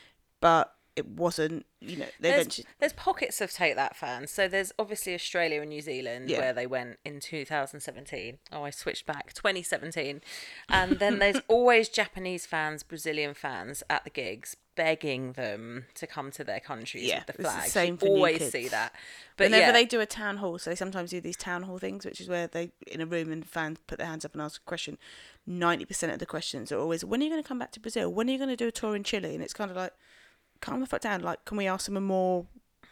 [SPEAKER 3] but it wasn't, you know, they
[SPEAKER 2] Hmm. there's,
[SPEAKER 3] eventually
[SPEAKER 2] there's pockets of Take That fans. So there's obviously Australia and New Zealand
[SPEAKER 3] Yeah.
[SPEAKER 2] where they went in 2017. Oh, I switched back 2017, and then there's always Japanese fans, Brazilian fans at the gigs begging them to come to their countries
[SPEAKER 3] Yeah,
[SPEAKER 2] with the
[SPEAKER 3] it's the
[SPEAKER 2] flags.
[SPEAKER 3] same
[SPEAKER 2] you
[SPEAKER 3] for new
[SPEAKER 2] always
[SPEAKER 3] kids.
[SPEAKER 2] see that. But
[SPEAKER 3] Whenever
[SPEAKER 2] yeah,
[SPEAKER 3] they do a town hall, so they sometimes do these town hall things, which is where they in a room and fans put their hands up and ask a question. Ninety percent of the questions are always, "When are you going to come back to Brazil? When are you going to do a tour in Chile?" And it's kind of like, calm the fuck down. Like, can we ask them a more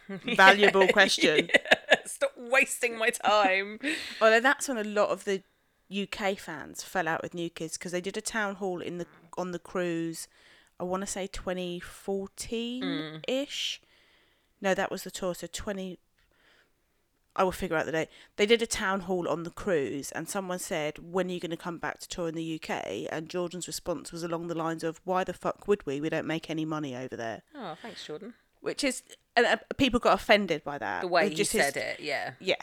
[SPEAKER 3] valuable question?
[SPEAKER 2] stop wasting my time.
[SPEAKER 3] Although that's when a lot of the UK fans fell out with New Kids because they did a town hall in the on the cruise. I want to say 2014 ish. No, that was the tour. So 20. I will figure out the date. They did a town hall on the cruise, and someone said, "When are you going to come back to tour in the UK?" And Jordan's response was along the lines of, "Why the fuck would we? We don't make any money over there."
[SPEAKER 2] Oh, thanks, Jordan.
[SPEAKER 3] Which is, and uh, people got offended by that.
[SPEAKER 2] The way
[SPEAKER 3] Uh, It
[SPEAKER 2] he
[SPEAKER 3] just is-
[SPEAKER 2] said it, yeah.
[SPEAKER 3] yeah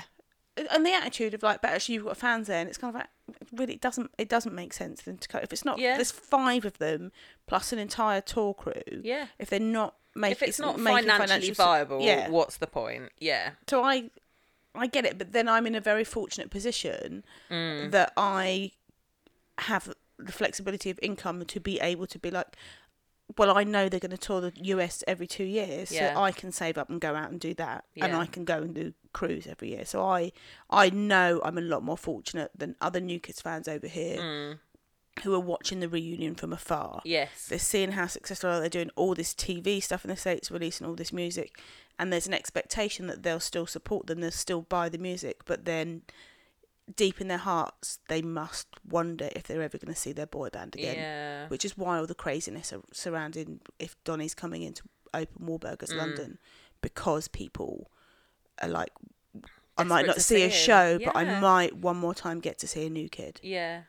[SPEAKER 3] and the attitude of like but actually you've got fans there and it's kind of like really it doesn't it doesn't make sense then to cut if it's not
[SPEAKER 2] Yeah.
[SPEAKER 3] there's five of them plus an entire tour crew
[SPEAKER 2] Yeah.
[SPEAKER 3] if they're not making
[SPEAKER 2] If it's not
[SPEAKER 3] making
[SPEAKER 2] financially
[SPEAKER 3] financial se-
[SPEAKER 2] viable,
[SPEAKER 3] yeah
[SPEAKER 2] what's the point? Yeah.
[SPEAKER 3] so i i get it but then i'm in a very fortunate position
[SPEAKER 2] Mm.
[SPEAKER 3] that i have the flexibility of income to be able to be like well i know they're going to tour the us every two years
[SPEAKER 2] Yeah.
[SPEAKER 3] so i can save up and go out and do that and
[SPEAKER 2] Yeah.
[SPEAKER 3] i can go and do cruise every year so i i know i'm a lot more fortunate than other new kids fans over here
[SPEAKER 2] Mm.
[SPEAKER 3] who are watching the reunion from afar
[SPEAKER 2] Yes.
[SPEAKER 3] they're seeing how successful they are. They're doing all this TV stuff in the States, releasing all this music. And there's an expectation that they'll still support them, they'll still buy the music. But then deep in their hearts, they must wonder if they're ever going to see their boy band again.
[SPEAKER 2] Yeah.
[SPEAKER 3] Which is why all the craziness ar- surrounding if Donny's coming into Open Warburgers
[SPEAKER 2] Mm.
[SPEAKER 3] London, because people are like, I might
[SPEAKER 2] Desperate
[SPEAKER 3] not
[SPEAKER 2] to
[SPEAKER 3] see a
[SPEAKER 2] see him.
[SPEAKER 3] show, but
[SPEAKER 2] Yeah.
[SPEAKER 3] I might one more time get to see a new kid.
[SPEAKER 2] Yeah.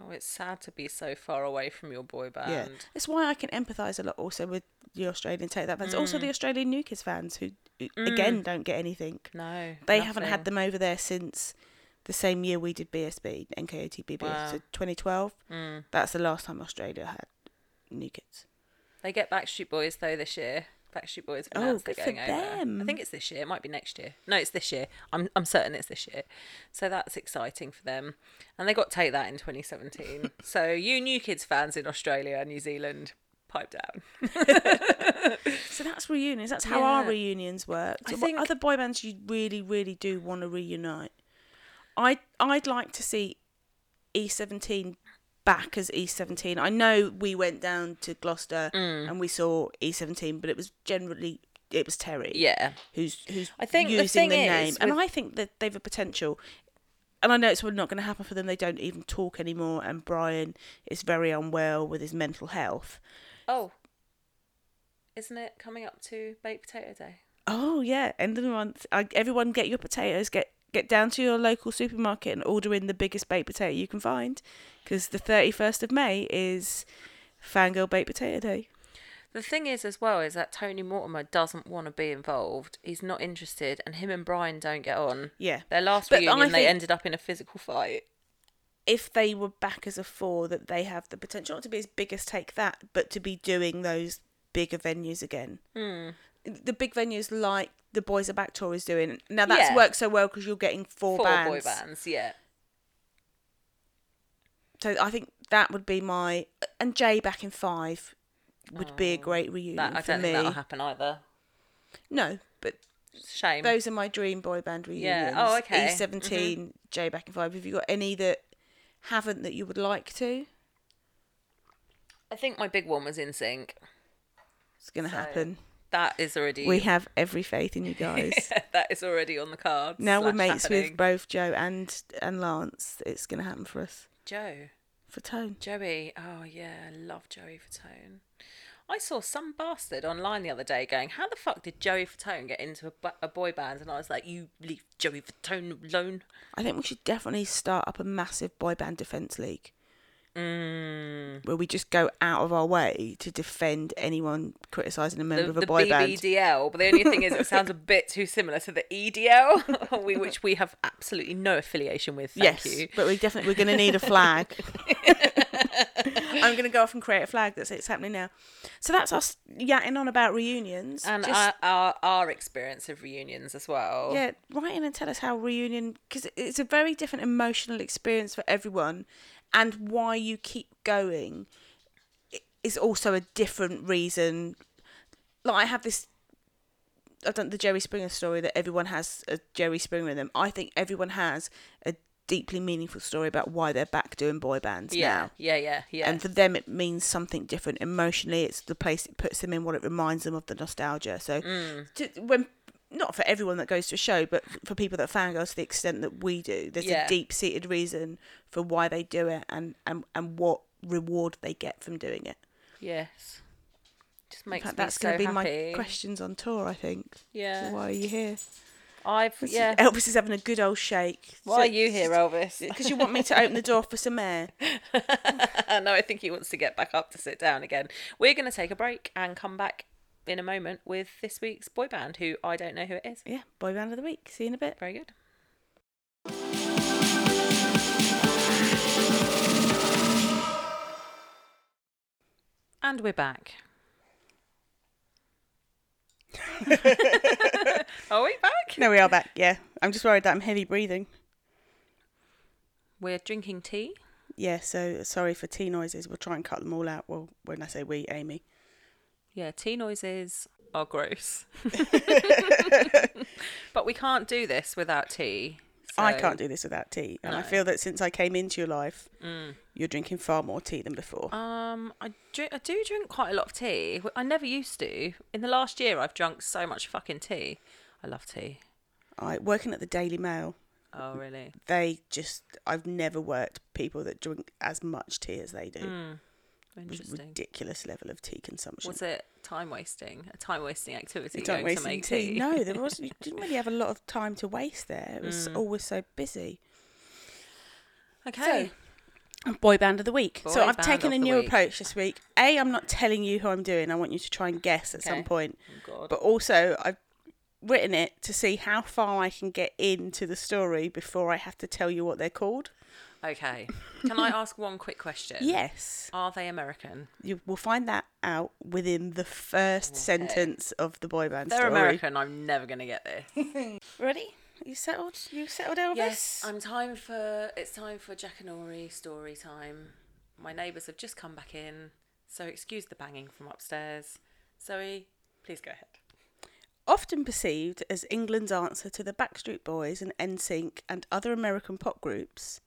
[SPEAKER 2] Oh, it's sad to be so far away from your boy band.
[SPEAKER 3] Yeah, that's why I can empathise a lot also with the Australian Take That
[SPEAKER 2] Mm.
[SPEAKER 3] fans, also the Australian New Kids fans who, who again don't get anything.
[SPEAKER 2] No.
[SPEAKER 3] They haven't
[SPEAKER 2] Mm.
[SPEAKER 3] had
[SPEAKER 2] nothing.
[SPEAKER 3] them over there since the same year we did BSB NKOTB
[SPEAKER 2] Wow. Mm.
[SPEAKER 3] so 2012. That's the last time Australia had New Kids.
[SPEAKER 2] They get Backstreet Boys though this year. Backstreet Boys have
[SPEAKER 3] Oh,
[SPEAKER 2] announced they're
[SPEAKER 3] good for
[SPEAKER 2] going over. I
[SPEAKER 3] them.
[SPEAKER 2] think it's this year. It might be next year. No, it's this year. I'm I'm certain it's this year. So that's exciting for them. And they got take that in 2017. so you new kids fans in Australia and New Zealand, pipe down.
[SPEAKER 3] So that's reunions. That's how our
[SPEAKER 2] Yeah.
[SPEAKER 3] reunions work.
[SPEAKER 2] I
[SPEAKER 3] So
[SPEAKER 2] think-
[SPEAKER 3] what other boy bands you really, really do want to reunite? I I'd like to see E seventeen back as E seventeen. I know we went down to Gloucester
[SPEAKER 2] Mm.
[SPEAKER 3] and we saw E seventeen, but it was generally it was Terry.
[SPEAKER 2] Yeah.
[SPEAKER 3] Who's who's
[SPEAKER 2] I think the
[SPEAKER 3] using the,
[SPEAKER 2] thing is
[SPEAKER 3] name. And
[SPEAKER 2] with-
[SPEAKER 3] I think that they've a potential. And I know it's not going to happen for them. They don't even talk anymore. And Brian is very unwell with his mental health.
[SPEAKER 2] Oh. Isn't it coming up to baked potato day?
[SPEAKER 3] Oh yeah, end of the month. I, everyone get your potatoes. Get get down to your local supermarket and order in the biggest baked potato you can find, because the thirty first of May is Fangirl Baked Potato Day.
[SPEAKER 2] The thing is, as well, is that Tony Mortimer doesn't want to be involved. He's not interested, and him and Brian don't get on.
[SPEAKER 3] Yeah.
[SPEAKER 2] Their last
[SPEAKER 3] But I
[SPEAKER 2] reunion, they
[SPEAKER 3] think-
[SPEAKER 2] ended up in a physical fight.
[SPEAKER 3] If they were back as a four, that they have the potential not to be as big as Take That, but to be doing those bigger venues again.
[SPEAKER 2] Hmm.
[SPEAKER 3] The big venues like the Boys Are Back tour is doing. Now that's
[SPEAKER 2] Yeah.
[SPEAKER 3] worked so well because you're getting four,
[SPEAKER 2] Four
[SPEAKER 3] bands.
[SPEAKER 2] boy bands, yeah.
[SPEAKER 3] So I think that would be my and Jay back in five would be a great reunion
[SPEAKER 2] Oh, That, I
[SPEAKER 3] Mm, for
[SPEAKER 2] don't
[SPEAKER 3] me.
[SPEAKER 2] think that'll happen either.
[SPEAKER 3] No, but
[SPEAKER 2] Shame.
[SPEAKER 3] those are my dream boy band
[SPEAKER 2] Yeah.
[SPEAKER 3] reunions.
[SPEAKER 2] Oh, okay.
[SPEAKER 3] E 17 Jay back in five. Have you got any that haven't that you would like to?
[SPEAKER 2] I think my big one was in sync.
[SPEAKER 3] It's gonna happen.
[SPEAKER 2] That is already
[SPEAKER 3] We have every faith in you guys.
[SPEAKER 2] that is already on the cards.
[SPEAKER 3] Now we're
[SPEAKER 2] slash
[SPEAKER 3] mates
[SPEAKER 2] happening.
[SPEAKER 3] with both Joe and and Lance. It's gonna happen for us.
[SPEAKER 2] Joe.
[SPEAKER 3] For Tone.
[SPEAKER 2] Joey. Oh yeah, I love Joey Fatone. I saw some bastard online the other day going, "How the fuck did Joey Fatone get into a, bu- a boy band?" And I was like, "You leave Joey Fatone alone."
[SPEAKER 3] I think we should definitely start up a massive boy band defense league.
[SPEAKER 2] Mm.
[SPEAKER 3] Where we just go out of our way to defend anyone criticizing a member
[SPEAKER 2] The,
[SPEAKER 3] of a
[SPEAKER 2] the
[SPEAKER 3] boy band.
[SPEAKER 2] BBDL, but the only thing is, it sounds a bit too similar to the EDL, we, which we have absolutely no affiliation with. Thank
[SPEAKER 3] yes,
[SPEAKER 2] you.
[SPEAKER 3] but we definitely we're going to need a flag. I'm going to go off and create a flag that's it's happening now. So that's us yatting on about reunions.
[SPEAKER 2] and
[SPEAKER 3] Just-
[SPEAKER 2] our, our our experience of reunions as well.
[SPEAKER 3] yeah, write in and tell us how reunion because it's a very different emotional experience for everyone, and why you keep going i- is also a different reason. Like I have this. I've done the Jerry Springer story that everyone has a Jerry Springer in them. I think everyone has a deeply meaningful story about why they're back doing boy bands
[SPEAKER 2] yeah,
[SPEAKER 3] now.
[SPEAKER 2] yeah, yeah, yeah.
[SPEAKER 3] And for them, it means something different. Emotionally, it's the place it puts them in, what it reminds them of the nostalgia. So,
[SPEAKER 2] Mm.
[SPEAKER 3] to- when not for everyone that goes to a show, but for people that fangirl to the extent that we do, there's
[SPEAKER 2] Yeah.
[SPEAKER 3] a deep seated reason for why they do it and, and, and what reward they get from doing it.
[SPEAKER 2] yes, just
[SPEAKER 3] In
[SPEAKER 2] makes
[SPEAKER 3] fact,
[SPEAKER 2] me
[SPEAKER 3] that's
[SPEAKER 2] so
[SPEAKER 3] going to be
[SPEAKER 2] happy.
[SPEAKER 3] my questions on tour, I think. So
[SPEAKER 2] Yeah.
[SPEAKER 3] why are you here?
[SPEAKER 2] I've yeah.
[SPEAKER 3] Elvis is having a good old shake.
[SPEAKER 2] Why are you here, Elvis?
[SPEAKER 3] Because you want me to open the door for some air.
[SPEAKER 2] no, I think he wants to get back up to sit down again. We're going to take a break and come back in a moment with this week's boy band, who I don't know who it is.
[SPEAKER 3] Yeah, boy band of the week. See you in a bit.
[SPEAKER 2] Very good. And we're back. Are we back?
[SPEAKER 3] No, we are back. Yeah, I'm just worried that I'm heavy breathing.
[SPEAKER 2] We're drinking tea.
[SPEAKER 3] Yeah, so sorry for tea noises. We'll try and cut them all out. Well, when I say we, Amy.
[SPEAKER 2] Yeah, tea noises are gross. but we can't do this without tea.
[SPEAKER 3] I
[SPEAKER 2] so-
[SPEAKER 3] can't do this without tea, and I feel that since I came into your life,
[SPEAKER 2] Mm.
[SPEAKER 3] you're drinking far more tea than before.
[SPEAKER 2] Um, I drink, I do drink quite a lot of tea. W- I never used to. In the last year, I've drunk so much fucking tea. I love tea.
[SPEAKER 3] I working at the Daily Mail.
[SPEAKER 2] Oh, really?
[SPEAKER 3] They just I've never worked people that drink as much tea as they do.
[SPEAKER 2] Mm, Interesting.
[SPEAKER 3] Ridiculous level of tea consumption.
[SPEAKER 2] Was it time wasting? A time wasting activity
[SPEAKER 3] You don't
[SPEAKER 2] going
[SPEAKER 3] waste
[SPEAKER 2] to make
[SPEAKER 3] tea.
[SPEAKER 2] tea?
[SPEAKER 3] No, there was. You didn't really have a lot of time to waste there. It
[SPEAKER 2] Mm.
[SPEAKER 3] was always so busy.
[SPEAKER 2] Okay.
[SPEAKER 3] And Boy band of the week.
[SPEAKER 2] Boy
[SPEAKER 3] so I've
[SPEAKER 2] band
[SPEAKER 3] taken
[SPEAKER 2] of the
[SPEAKER 3] a new
[SPEAKER 2] week.
[SPEAKER 3] approach this week. A, I'm not telling you who I'm doing. I want you to try and guess at some
[SPEAKER 2] Okay.
[SPEAKER 3] point.
[SPEAKER 2] Oh, God.
[SPEAKER 3] But also, I've written it to see how far I can get into the story before I have to tell you what they're called.
[SPEAKER 2] okay. Can I ask one quick question?
[SPEAKER 3] Yes.
[SPEAKER 2] Are they American?
[SPEAKER 3] You will find that out within the first sentence of the boy band
[SPEAKER 2] They're
[SPEAKER 3] story.
[SPEAKER 2] American. I'm never going to get this.
[SPEAKER 3] Ready? You settled? You settled, Elvis?
[SPEAKER 2] Yes, I'm time for it's time for Jack and Ori story time. My neighbours have just come back in, so excuse the banging from upstairs. Zoe, please go ahead.
[SPEAKER 3] Often perceived as England's answer to the Backstreet Boys and NSYNC and other American pop groups,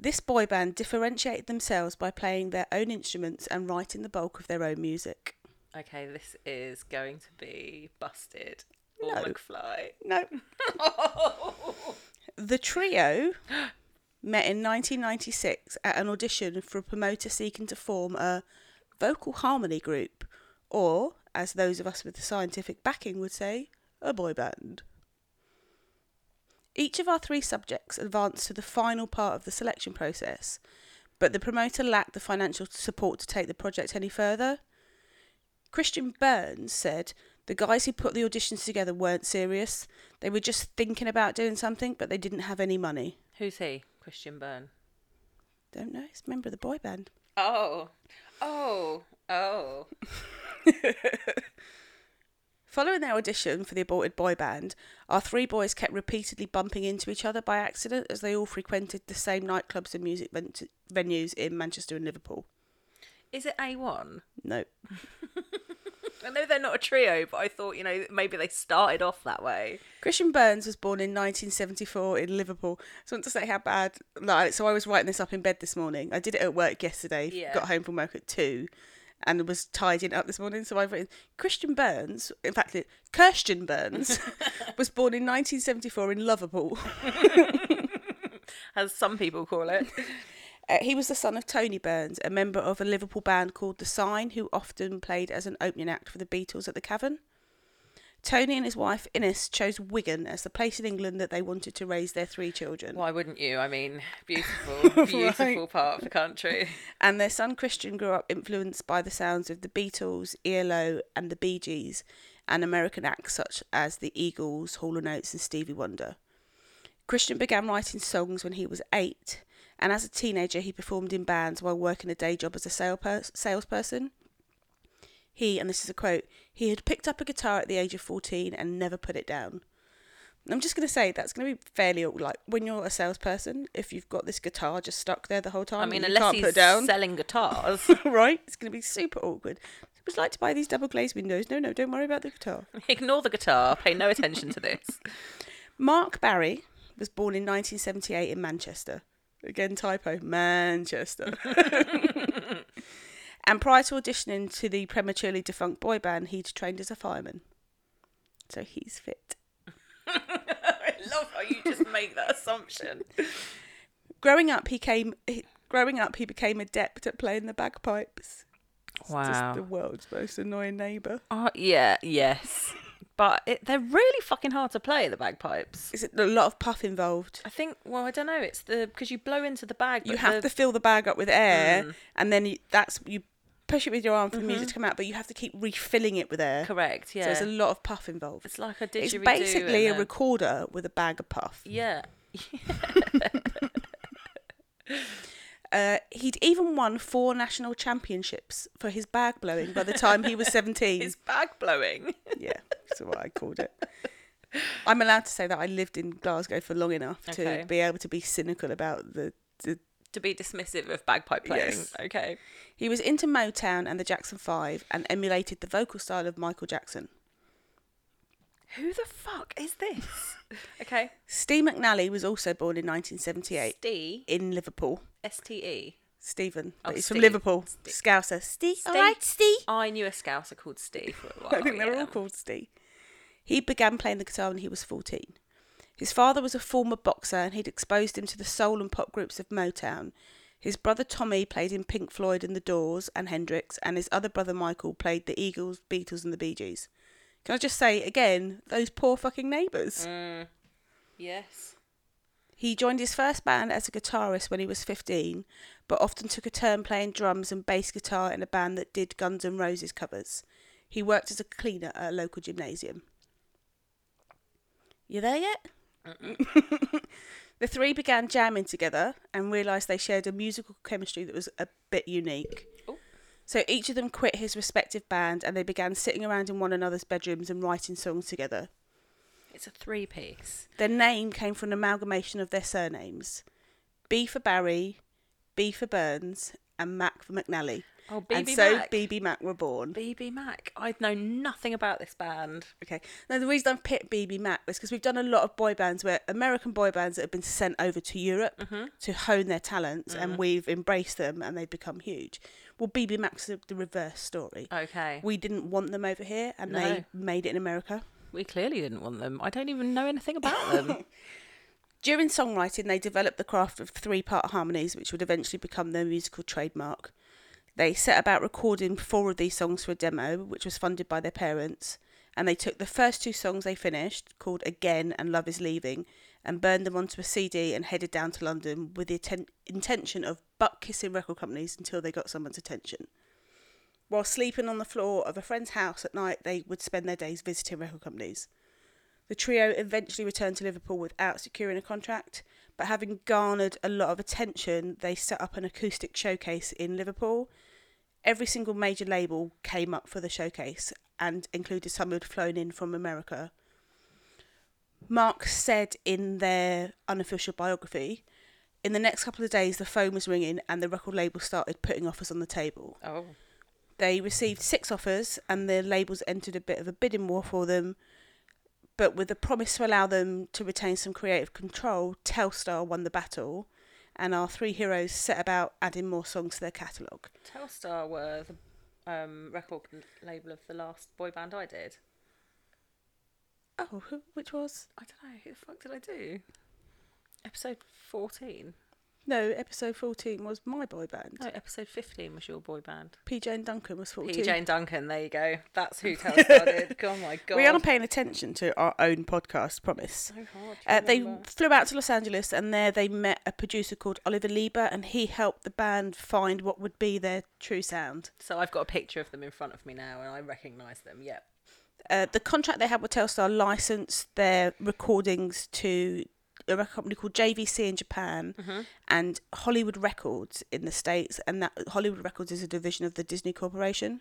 [SPEAKER 3] this boy band differentiated themselves by playing their own instruments and writing the bulk of their own music.
[SPEAKER 2] Okay, this is going to be busted. Or
[SPEAKER 3] No.
[SPEAKER 2] McFly.
[SPEAKER 3] No. the trio met in 1996 at an audition for a promoter seeking to form a vocal harmony group, or, as those of us with the scientific backing would say, a boy band. Each of our three subjects advanced to the final part of the selection process, but the promoter lacked the financial support to take the project any further. Christian Burns said the guys who put the auditions together weren't serious. They were just thinking about doing something, but they didn't have any money.
[SPEAKER 2] Who's he? Christian Byrne.
[SPEAKER 3] Don't know. It's a member of the boy band.
[SPEAKER 2] Oh. Oh. Oh.
[SPEAKER 3] Following their audition for the aborted boy band, our three boys kept repeatedly bumping into each other by accident as they all frequented the same nightclubs and music ven- venues in Manchester and Liverpool.
[SPEAKER 2] Is it A1?
[SPEAKER 3] Nope.
[SPEAKER 2] I know they're not a trio, but I thought, you know, maybe they started off that way.
[SPEAKER 3] Christian Burns was born in 1974 in Liverpool. So I want to say how bad. Like, so I was writing this up in bed this morning. I did it at work yesterday.
[SPEAKER 2] Yeah.
[SPEAKER 3] Got home from work at two, and was tidying up this morning. So I've written Christian Burns. In fact, it, Kirsten Burns was born in 1974 in Liverpool.
[SPEAKER 2] As some people call it.
[SPEAKER 3] Uh, he was the son of Tony Burns, a member of a Liverpool band called The Sign, who often played as an opening act for the Beatles at the Cavern. Tony and his wife Innes chose Wigan as the place in England that they wanted to raise their three children.
[SPEAKER 2] Why wouldn't you? I mean, beautiful, beautiful part of the country.
[SPEAKER 3] And their son Christian grew up influenced by the sounds of the Beatles, ELO, and the Bee Gees, and American acts such as the Eagles, Hall and Oates, and Stevie Wonder. Christian began writing songs when he was eight, and as a teenager, he performed in bands while working a day job as a sale per- salesperson. He, and this is a quote, he had picked up a guitar at the age of 14 and never put it down. And I'm just going to say that's going to be fairly like when you're a salesperson, if you've got this guitar just stuck there the whole time,
[SPEAKER 2] I mean,
[SPEAKER 3] and you
[SPEAKER 2] unless
[SPEAKER 3] can't put
[SPEAKER 2] he's
[SPEAKER 3] it down
[SPEAKER 2] selling guitars,
[SPEAKER 3] right? It's going to be super awkward. It was like to buy these double glazed windows. No, no, don't worry about the guitar.
[SPEAKER 2] ignore the guitar. Pay no attention to this.
[SPEAKER 3] Mark Barry was born in 1978 in Manchester. Again, typo, Manchester. and prior to auditioning to the prematurely defunct boy band, he'd trained as a fireman. So he's fit.
[SPEAKER 2] I love how you just make that assumption.
[SPEAKER 3] Growing up, he came. He, growing up, he became adept at playing the bagpipes. Just the
[SPEAKER 2] Wow.
[SPEAKER 3] world's most annoying neighbour.
[SPEAKER 2] Oh, yeah. Yes. but it, they're really fucking hard to play the bagpipes.
[SPEAKER 3] Is it a lot of puff involved?
[SPEAKER 2] I think. Well, I don't know. It's the because you blow into the Mm. bag.
[SPEAKER 3] You
[SPEAKER 2] but
[SPEAKER 3] have to fill the bag up with air, and then you, that's you push it with your arm for the music to come out, but you have to keep refilling it with air.
[SPEAKER 2] correct. Mm-hmm. Yeah,
[SPEAKER 3] So there's a lot of puff involved.
[SPEAKER 2] it's like a didgeridoo.
[SPEAKER 3] It's basically
[SPEAKER 2] and
[SPEAKER 3] a recorder with a bag of puff.
[SPEAKER 2] Yeah.
[SPEAKER 3] Uh, he'd even won four national championships for his bag blowing by the time he was 17.
[SPEAKER 2] It's bag blowing.
[SPEAKER 3] yeah, that's what I called it. I'm allowed to say that I lived in Glasgow for long enough
[SPEAKER 2] Okay.
[SPEAKER 3] to be able to be cynical about the, the.
[SPEAKER 2] to be dismissive of bagpipe playing.
[SPEAKER 3] Yes.
[SPEAKER 2] Okay.
[SPEAKER 3] He was into Motown and the Jackson Five and emulated the vocal style of Michael Jackson.
[SPEAKER 2] Who the fuck is this? okay.
[SPEAKER 3] Steve McNally was also born in 1978
[SPEAKER 2] Ste.
[SPEAKER 3] in Liverpool.
[SPEAKER 2] S T E.
[SPEAKER 3] Stephen, but
[SPEAKER 2] Oh,
[SPEAKER 3] he's
[SPEAKER 2] Steve.
[SPEAKER 3] from Liverpool. Scouser, Steve. All right, Steve.
[SPEAKER 2] I knew a scouser called Steve for a while.
[SPEAKER 3] I think they're
[SPEAKER 2] yeah.
[SPEAKER 3] all called Steve. He began playing the guitar when he was 14. His father was a former boxer and he'd exposed him to the soul and pop groups of Motown. His brother Tommy played in Pink Floyd and the Doors and Hendrix, and his other brother Michael played the Eagles, Beatles, and the Bee Gees. Can I just say again, those poor fucking neighbours?
[SPEAKER 2] Yes.
[SPEAKER 3] He joined his first band as a guitarist when he was 15, but often took a turn playing drums and bass guitar in a band that did Guns N' Roses covers. He worked as a cleaner at a local gymnasium. You there yet? the three began jamming together and realised they shared a musical chemistry that was a bit unique.
[SPEAKER 2] Oh.
[SPEAKER 3] So each of them quit his respective band and they began sitting around in one another's bedrooms and writing songs together.
[SPEAKER 2] It's a three piece.
[SPEAKER 3] Their name came from an amalgamation of their surnames B for Barry, B for Burns, and Mac for McNally.
[SPEAKER 2] Oh,
[SPEAKER 3] and
[SPEAKER 2] BB
[SPEAKER 3] so
[SPEAKER 2] Mac.
[SPEAKER 3] BB Mac were born.
[SPEAKER 2] BB Mac. I'd known nothing about this band.
[SPEAKER 3] Okay. Now, the reason I've picked BB Mac was because we've done a lot of boy bands where American boy bands that have been sent over to Europe
[SPEAKER 2] Mm-hmm.
[SPEAKER 3] to hone their talents, and we've embraced them and they've become huge. Well, BB Mac's the, the reverse story.
[SPEAKER 2] Okay. We,
[SPEAKER 3] We didn't want them over here, and
[SPEAKER 2] No.
[SPEAKER 3] they made it in America.
[SPEAKER 2] clearly didn't want them. I don't even know anything about them.
[SPEAKER 3] During songwriting, they developed the craft of three part harmonies, which would eventually become their musical trademark. They set about recording four of these songs for a demo, which was funded by their parents. And they took the first two songs they finished, called Again and Love Is Leaving, and burned them onto a CD and headed down to London with the atten- intention of butt kissing record companies until they got someone's attention. While sleeping on the floor of a friend's house at night, they would spend their days visiting record companies. The trio eventually returned to Liverpool without securing a contract, but having garnered a lot of attention, they set up an acoustic showcase in Liverpool. Every single major label came up for the showcase and included some who'd flown in from America. Mark said in their unofficial biography, in the next couple of days, the phone was ringing and the record label started putting offers on the table.
[SPEAKER 2] oh.
[SPEAKER 3] They received six offers, and the labels entered a bit of a bidding war for them, but with the promise to allow them to retain some creative control, Telstar won the battle, and our three heroes set about adding more songs to their catalogue.
[SPEAKER 2] Telstar were the um, record label of the last boy band I did.
[SPEAKER 3] Oh, who, which was?
[SPEAKER 2] I don't know. Who the fuck did I do? Episode 14.
[SPEAKER 3] No, episode 14 was my boy band.
[SPEAKER 2] No, episode 15 was your boy band.
[SPEAKER 3] PJ and Duncan was 14.
[SPEAKER 2] PJ and Duncan, there you go. That's who Telstar did. Oh my god.
[SPEAKER 3] We are paying attention to our own podcast, promise.
[SPEAKER 2] so hard. to
[SPEAKER 3] Uh, they
[SPEAKER 2] remember.
[SPEAKER 3] flew out to Los Angeles and there they met a producer called Oliver Lieber and he helped the band find what would be their true sound.
[SPEAKER 2] So I've got a picture of them in front of me now and I recognise them. Yep.
[SPEAKER 3] Uh, the contract they had with Telstar licensed their recordings to a record company called JVC in Japan and Hollywood Records in the States, and that Hollywood Records is a division of the Disney Corporation.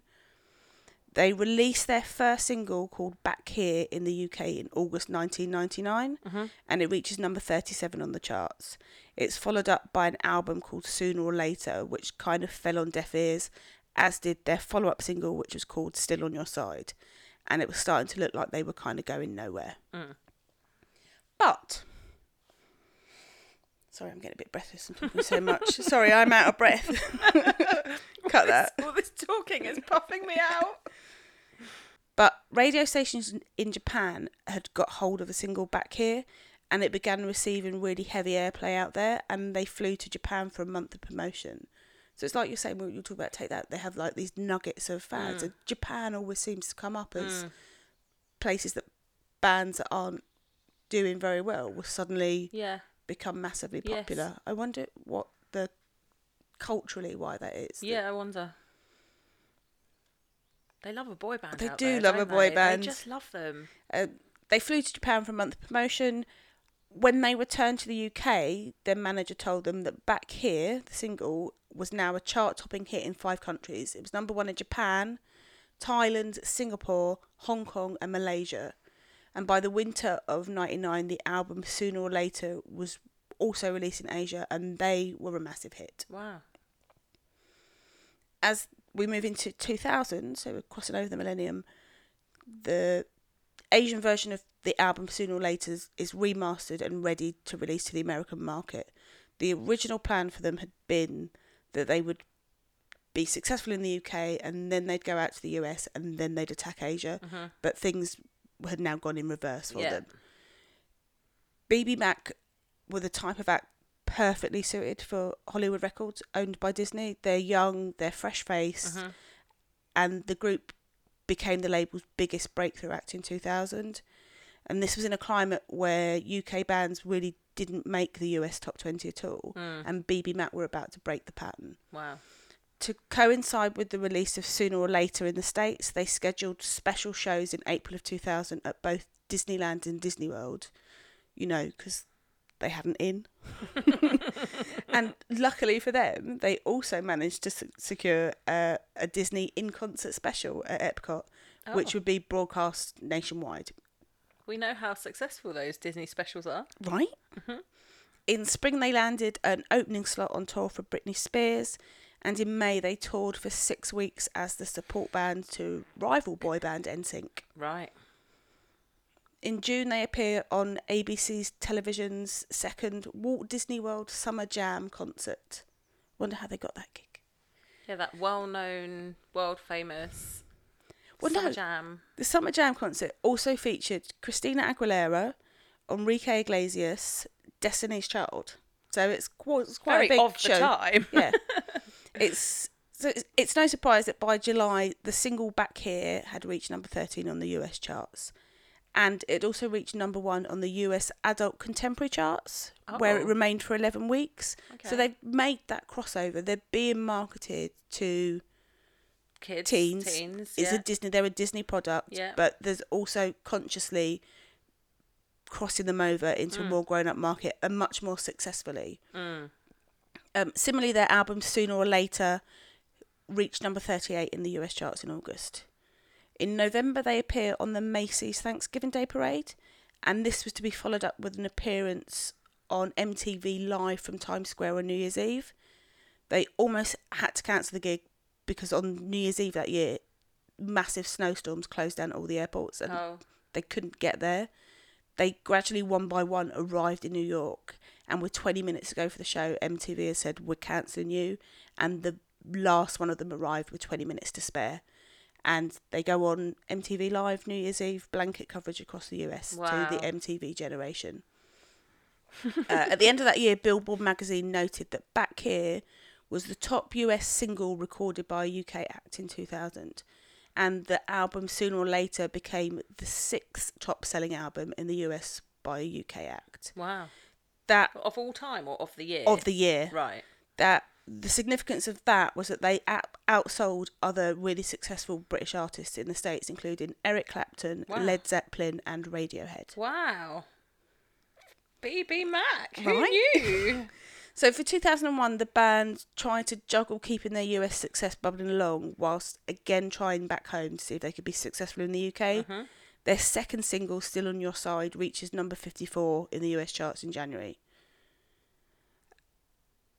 [SPEAKER 3] They released their first single called Back Here in the UK in August 1999 and it reaches number 37 on the charts. It's followed up by an album called Sooner or Later, which kind of fell on deaf ears, as did their follow up single, which was called Still on Your Side. And it was starting to look like they were kind of going nowhere. But. Sorry, I'm getting a bit breathless. I'm talking so much. Sorry, I'm out of breath. Cut that.
[SPEAKER 2] All this talking is puffing me out.
[SPEAKER 3] But radio stations in Japan had got hold of a single back here and it began receiving really heavy airplay out there and they flew to Japan for a month of promotion. So it's like you're saying, well, you talk about Take That, they
[SPEAKER 2] Hmm.
[SPEAKER 3] have like these nuggets of fans and Japan always seems to come up as places that bands that aren't doing very well will suddenly
[SPEAKER 2] Yeah.
[SPEAKER 3] become massively
[SPEAKER 2] Yes.
[SPEAKER 3] popular. I wonder what the culturally why that is.
[SPEAKER 2] Yeah, I wonder. They love a boy band.
[SPEAKER 3] They
[SPEAKER 2] out
[SPEAKER 3] do
[SPEAKER 2] there,
[SPEAKER 3] love a
[SPEAKER 2] don't
[SPEAKER 3] boy
[SPEAKER 2] they?
[SPEAKER 3] band.
[SPEAKER 2] They just love them.
[SPEAKER 3] Uh, they flew to Japan for a month of promotion. When they returned to the UK, their manager told them that Back Here, the single, was now a chart topping hit in five countries. It was number one in Japan, Thailand, Singapore, Hong Kong, and Malaysia. And by the winter of 99, the album Sooner or Later was also released in Asia, and they were a massive hit.
[SPEAKER 2] Wow.
[SPEAKER 3] as we move into 2000, so we're crossing over the millennium, the Asian version of the album Sooner or Later is, is remastered and ready to release to the American market. The original plan for them had been that they would be successful in the UK and then they'd go out to the US and then they'd attack Asia, but things had now gone in reverse for
[SPEAKER 2] Yeah.
[SPEAKER 3] them. BB Mac were the type of act perfectly suited for Hollywood Records, owned by Disney. They're young, they're fresh faced, and the group became the label's biggest breakthrough act in 2000. And this was in a climate where UK bands really didn't make the US top 20 at all, and BB Mac were about to break the pattern
[SPEAKER 2] Wow.
[SPEAKER 3] to coincide with the release of Sooner or Later in the States, they scheduled special shows in April of 2000 at both Disneyland and Disney World, you know, because they had an inn. and luckily for them, they also managed to se- secure uh, a Disney in concert special at Epcot, which would be broadcast nationwide.
[SPEAKER 2] We know how successful those Disney specials are.
[SPEAKER 3] Right?
[SPEAKER 2] Mm-hmm.
[SPEAKER 3] In spring, they landed an opening slot on tour for Britney Spears, and in May, they toured for six weeks as the support band to rival boy band NSYNC.
[SPEAKER 2] Right.
[SPEAKER 3] In June, they appear on ABC's television's second Walt Disney World Summer Jam concert. Wonder how they got that gig.
[SPEAKER 2] Yeah, that well-known, world-famous
[SPEAKER 3] Well,
[SPEAKER 2] summer
[SPEAKER 3] no.
[SPEAKER 2] jam.
[SPEAKER 3] The Summer Jam concert also featured Christina Aguilera, Enrique Iglesias, Destiny's Child. So it's quite, it's quite
[SPEAKER 2] Very
[SPEAKER 3] a big
[SPEAKER 2] of
[SPEAKER 3] show.
[SPEAKER 2] the time.
[SPEAKER 3] yeah it's so it's, it's no surprise that by july the single back here had reached number 13 on the us charts and it also reached number one on the us adult contemporary charts where it
[SPEAKER 2] Oh.
[SPEAKER 3] remained for 11 weeks so
[SPEAKER 2] Okay.
[SPEAKER 3] they've made that crossover they're being marketed to
[SPEAKER 2] Kids,
[SPEAKER 3] teens,
[SPEAKER 2] teens.
[SPEAKER 3] it's
[SPEAKER 2] yeah.
[SPEAKER 3] a disney they're a disney product
[SPEAKER 2] Yeah.
[SPEAKER 3] but there's also consciously crossing them over into
[SPEAKER 2] Mm.
[SPEAKER 3] a more grown-up market and much more successfully um, similarly their album sooner or later reached number 38 in the us charts in august in november they appear on the macy's thanksgiving day parade and this was to be followed up with an appearance on mtv live from times square on new year's eve they almost had to cancel the gig because on new year's eve that year massive snowstorms closed down all the airports and
[SPEAKER 2] Oh,
[SPEAKER 3] they couldn't get there. They gradually, one by one, arrived in New York, and with 20 minutes to go for the show, MTV has said, We're cancelling you. And the last one of them arrived with 20 minutes to spare. And they go on MTV Live New Year's Eve, blanket coverage across the US to
[SPEAKER 2] Wow.
[SPEAKER 3] the MTV generation. uh, at the end of that year, Billboard magazine noted that Back Here was the top US single recorded by a UK act in 2000 and the album sooner or later became the sixth top selling album in the US by a UK act.
[SPEAKER 2] wow.
[SPEAKER 3] That
[SPEAKER 2] Of all time or of the year?
[SPEAKER 3] of the year.
[SPEAKER 2] Right.
[SPEAKER 3] That the significance of that was that they out- outsold other really successful British artists in the states including Eric Clapton,
[SPEAKER 2] Wow.
[SPEAKER 3] Led Zeppelin and Radiohead.
[SPEAKER 2] Wow. BB Mac. Who
[SPEAKER 3] Right?
[SPEAKER 2] knew?
[SPEAKER 3] So for 2001 the band tried to juggle keeping their US success bubbling along whilst again trying back home to see if they could be successful in the UK. Their second single, Still on Your Side, reaches number 54 in the US charts in January.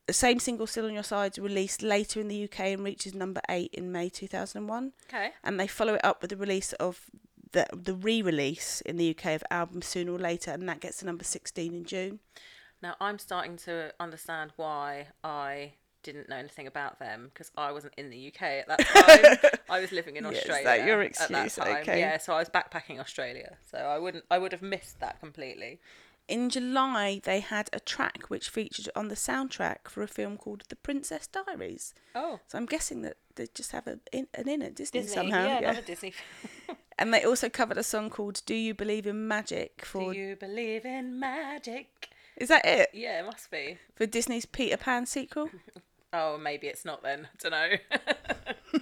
[SPEAKER 3] The same single, Still on Your Side, is released later in the UK and reaches number 8 in May 2001.
[SPEAKER 2] okay.
[SPEAKER 3] And they follow it up with the release of the, the re release in the UK of album Sooner or Later, and that gets to number 16 in June.
[SPEAKER 2] Now I'm starting to understand why I didn't know anything about them because I wasn't in the UK at that time. I was living in
[SPEAKER 3] Yes,
[SPEAKER 2] Australia.
[SPEAKER 3] that your
[SPEAKER 2] at that
[SPEAKER 3] excuse,
[SPEAKER 2] time.
[SPEAKER 3] okay.
[SPEAKER 2] Yeah, so I was backpacking Australia. So I wouldn't I would have missed that completely.
[SPEAKER 3] In July, they had a track which featured on the soundtrack for a film called The Princess Diaries.
[SPEAKER 2] Oh.
[SPEAKER 3] So I'm guessing that they just have a, in, an in at Disney,
[SPEAKER 2] Disney.
[SPEAKER 3] somehow.
[SPEAKER 2] yeah,
[SPEAKER 3] yeah.
[SPEAKER 2] another Disney.
[SPEAKER 3] And they also covered a song called Do You Believe in Magic for.
[SPEAKER 2] Do you believe in magic?
[SPEAKER 3] Is that it?
[SPEAKER 2] Yeah, it must be.
[SPEAKER 3] For Disney's Peter Pan sequel?
[SPEAKER 2] Oh, maybe it's not then. I don't know.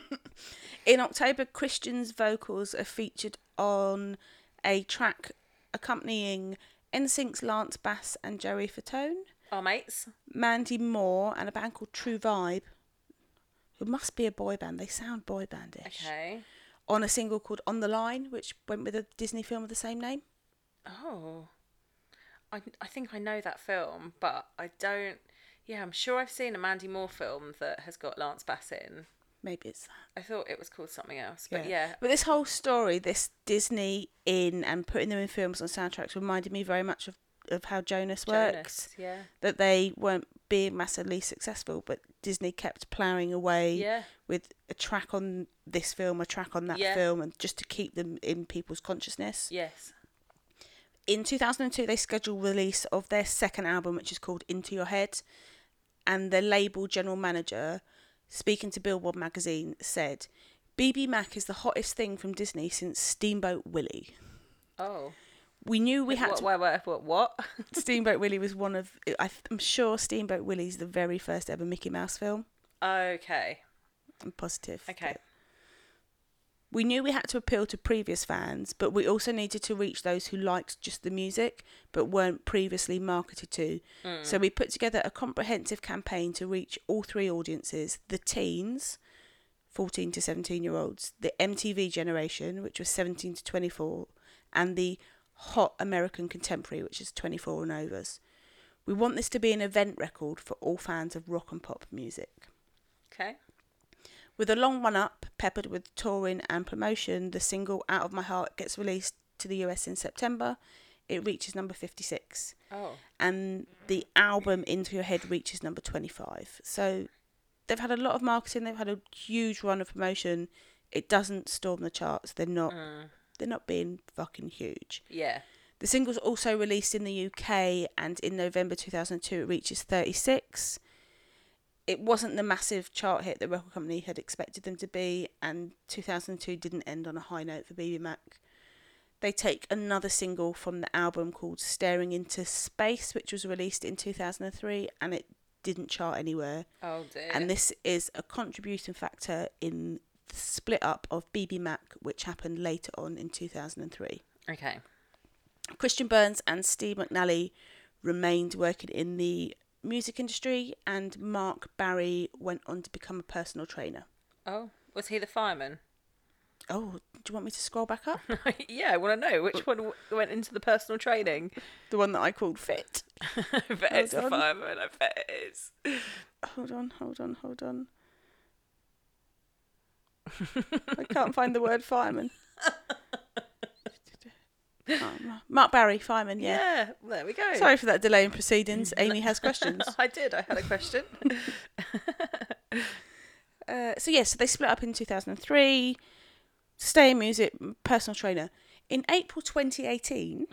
[SPEAKER 3] In October, Christian's vocals are featured on a track accompanying NSYNC's Lance Bass and Joey Fatone,
[SPEAKER 2] Our mates.
[SPEAKER 3] Mandy Moore, and a band called True Vibe, who must be a boy band. They sound boy bandish.
[SPEAKER 2] Okay.
[SPEAKER 3] On a single called On the Line, which went with a Disney film of the same name.
[SPEAKER 2] Oh. I, I think I know that film, but I don't. Yeah, I'm sure I've seen a Mandy Moore film that has got Lance Bass in.
[SPEAKER 3] Maybe it's that.
[SPEAKER 2] I thought it was called something else, but yeah.
[SPEAKER 3] But this whole story, this Disney in and putting them in films and soundtracks, reminded me very much of, of how Jonas works.
[SPEAKER 2] Jonas, yeah.
[SPEAKER 3] that they weren't being massively successful, but Disney kept ploughing away
[SPEAKER 2] Yeah.
[SPEAKER 3] with a track on this film, a track on that
[SPEAKER 2] Yeah.
[SPEAKER 3] film, and just to keep them in people's consciousness.
[SPEAKER 2] Yes.
[SPEAKER 3] In 2002, they scheduled release of their second album, which is called Into Your Head, and their label general manager, speaking to Billboard magazine, said. BB Mac is the hottest thing from Disney since Steamboat Willie.
[SPEAKER 2] Oh.
[SPEAKER 3] We knew we had
[SPEAKER 2] what,
[SPEAKER 3] to
[SPEAKER 2] what, what, what, what?
[SPEAKER 3] Steamboat Willie was one of. I- I'm sure Steamboat Willie's the very first ever Mickey Mouse film.
[SPEAKER 2] okay.
[SPEAKER 3] I'm positive.
[SPEAKER 2] Okay.
[SPEAKER 3] but We knew we had to appeal to previous fans, but we also needed to reach those who liked just the music but weren't previously marketed to. So we put together a comprehensive campaign to reach all three audiences the teens, 14 to 17 year olds, the MTV generation, which was 17 to 24, and the hot American contemporary, which is 24 and overs. We want this to be an event record for all fans of rock and pop music.
[SPEAKER 2] Okay.
[SPEAKER 3] With a long run up, peppered with touring and promotion, the single Out of My Heart gets released to the US in September. It reaches number 56.
[SPEAKER 2] Oh.
[SPEAKER 3] And the album Into Your Head reaches number 25. So they've had a lot of marketing, they've had a huge run of promotion. It doesn't storm the charts. They're not. They're not being fucking huge.
[SPEAKER 2] Yeah.
[SPEAKER 3] The single's also released in the UK and in November 2002 it reaches 36. It wasn't the massive chart hit the record company had expected them to be, and 2002 didn't end on a high note for BB Mac. They take another single from the album called Staring into Space, which was released in 2003, and it didn't chart anywhere.
[SPEAKER 2] Oh dear.
[SPEAKER 3] And this is a contributing factor in the split up of BB Mac, which happened later on in 2003.
[SPEAKER 2] okay.
[SPEAKER 3] Christian Burns and Steve McNally remained working in the music industry, and Mark Barry went on to become a personal trainer.
[SPEAKER 2] Oh, was he the fireman?
[SPEAKER 3] Oh, do you want me to scroll back up?
[SPEAKER 2] yeah, I want to know which one w- went into the personal training.
[SPEAKER 3] the one that I called Fit.
[SPEAKER 2] I bet it's the
[SPEAKER 3] Hold on.
[SPEAKER 2] fireman. I bet it is.
[SPEAKER 3] Hold on, hold on, hold on. I can't find the word fireman. Oh, Ma- Mark Barry, fireman, yeah.
[SPEAKER 2] Yeah. There we go.
[SPEAKER 3] Sorry for that delay in proceedings. Amy has questions.
[SPEAKER 2] I did. I had a question.
[SPEAKER 3] Uh, so yeah, so they split up in 2003. Stay in music, personal trainer. In April 2018,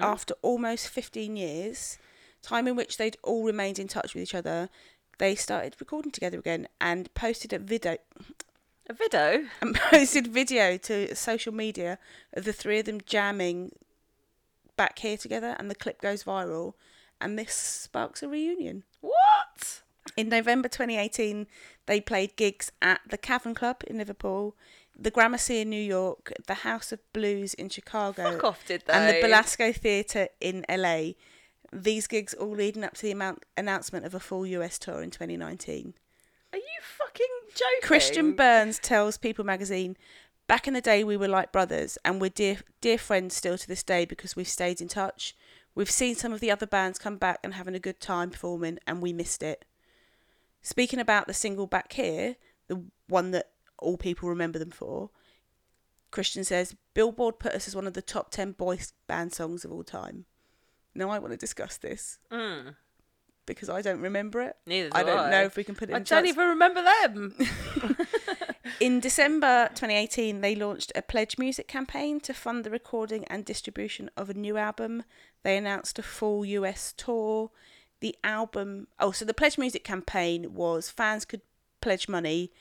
[SPEAKER 3] after almost 15 years, time in which they'd all remained in touch with each other, they started recording together again and posted a video
[SPEAKER 2] a video.
[SPEAKER 3] and posted video to social media of the three of them jamming back here together, and the clip goes viral, and this sparks a reunion.
[SPEAKER 2] What?
[SPEAKER 3] In November 2018, they played gigs at the Cavern Club in Liverpool, the Gramercy in New York, the House of Blues in Chicago,
[SPEAKER 2] Fuck off, did they?
[SPEAKER 3] and the Belasco Theatre in LA. These gigs all leading up to the amount- announcement of a full US tour in 2019.
[SPEAKER 2] Are you fucking joking?
[SPEAKER 3] Christian Burns tells People magazine, Back in the day, we were like brothers, and we're dear, dear friends still to this day because we've stayed in touch. We've seen some of the other bands come back and having a good time performing, and we missed it. Speaking about the single back here, the one that all people remember them for, Christian says, Billboard put us as one of the top 10 boy band songs of all time. Now, I want to discuss this because I don't remember it.
[SPEAKER 2] Mm. Neither
[SPEAKER 3] I
[SPEAKER 2] do
[SPEAKER 3] don't
[SPEAKER 2] I.
[SPEAKER 3] know if we can put it
[SPEAKER 2] I
[SPEAKER 3] in
[SPEAKER 2] don't
[SPEAKER 3] the charts.
[SPEAKER 2] even remember them.
[SPEAKER 3] In December 2018, they launched a Pledge Music campaign to fund the recording and distribution of a new album. They announced a full US tour. The album, oh, so the Pledge Music campaign was fans could pledge money,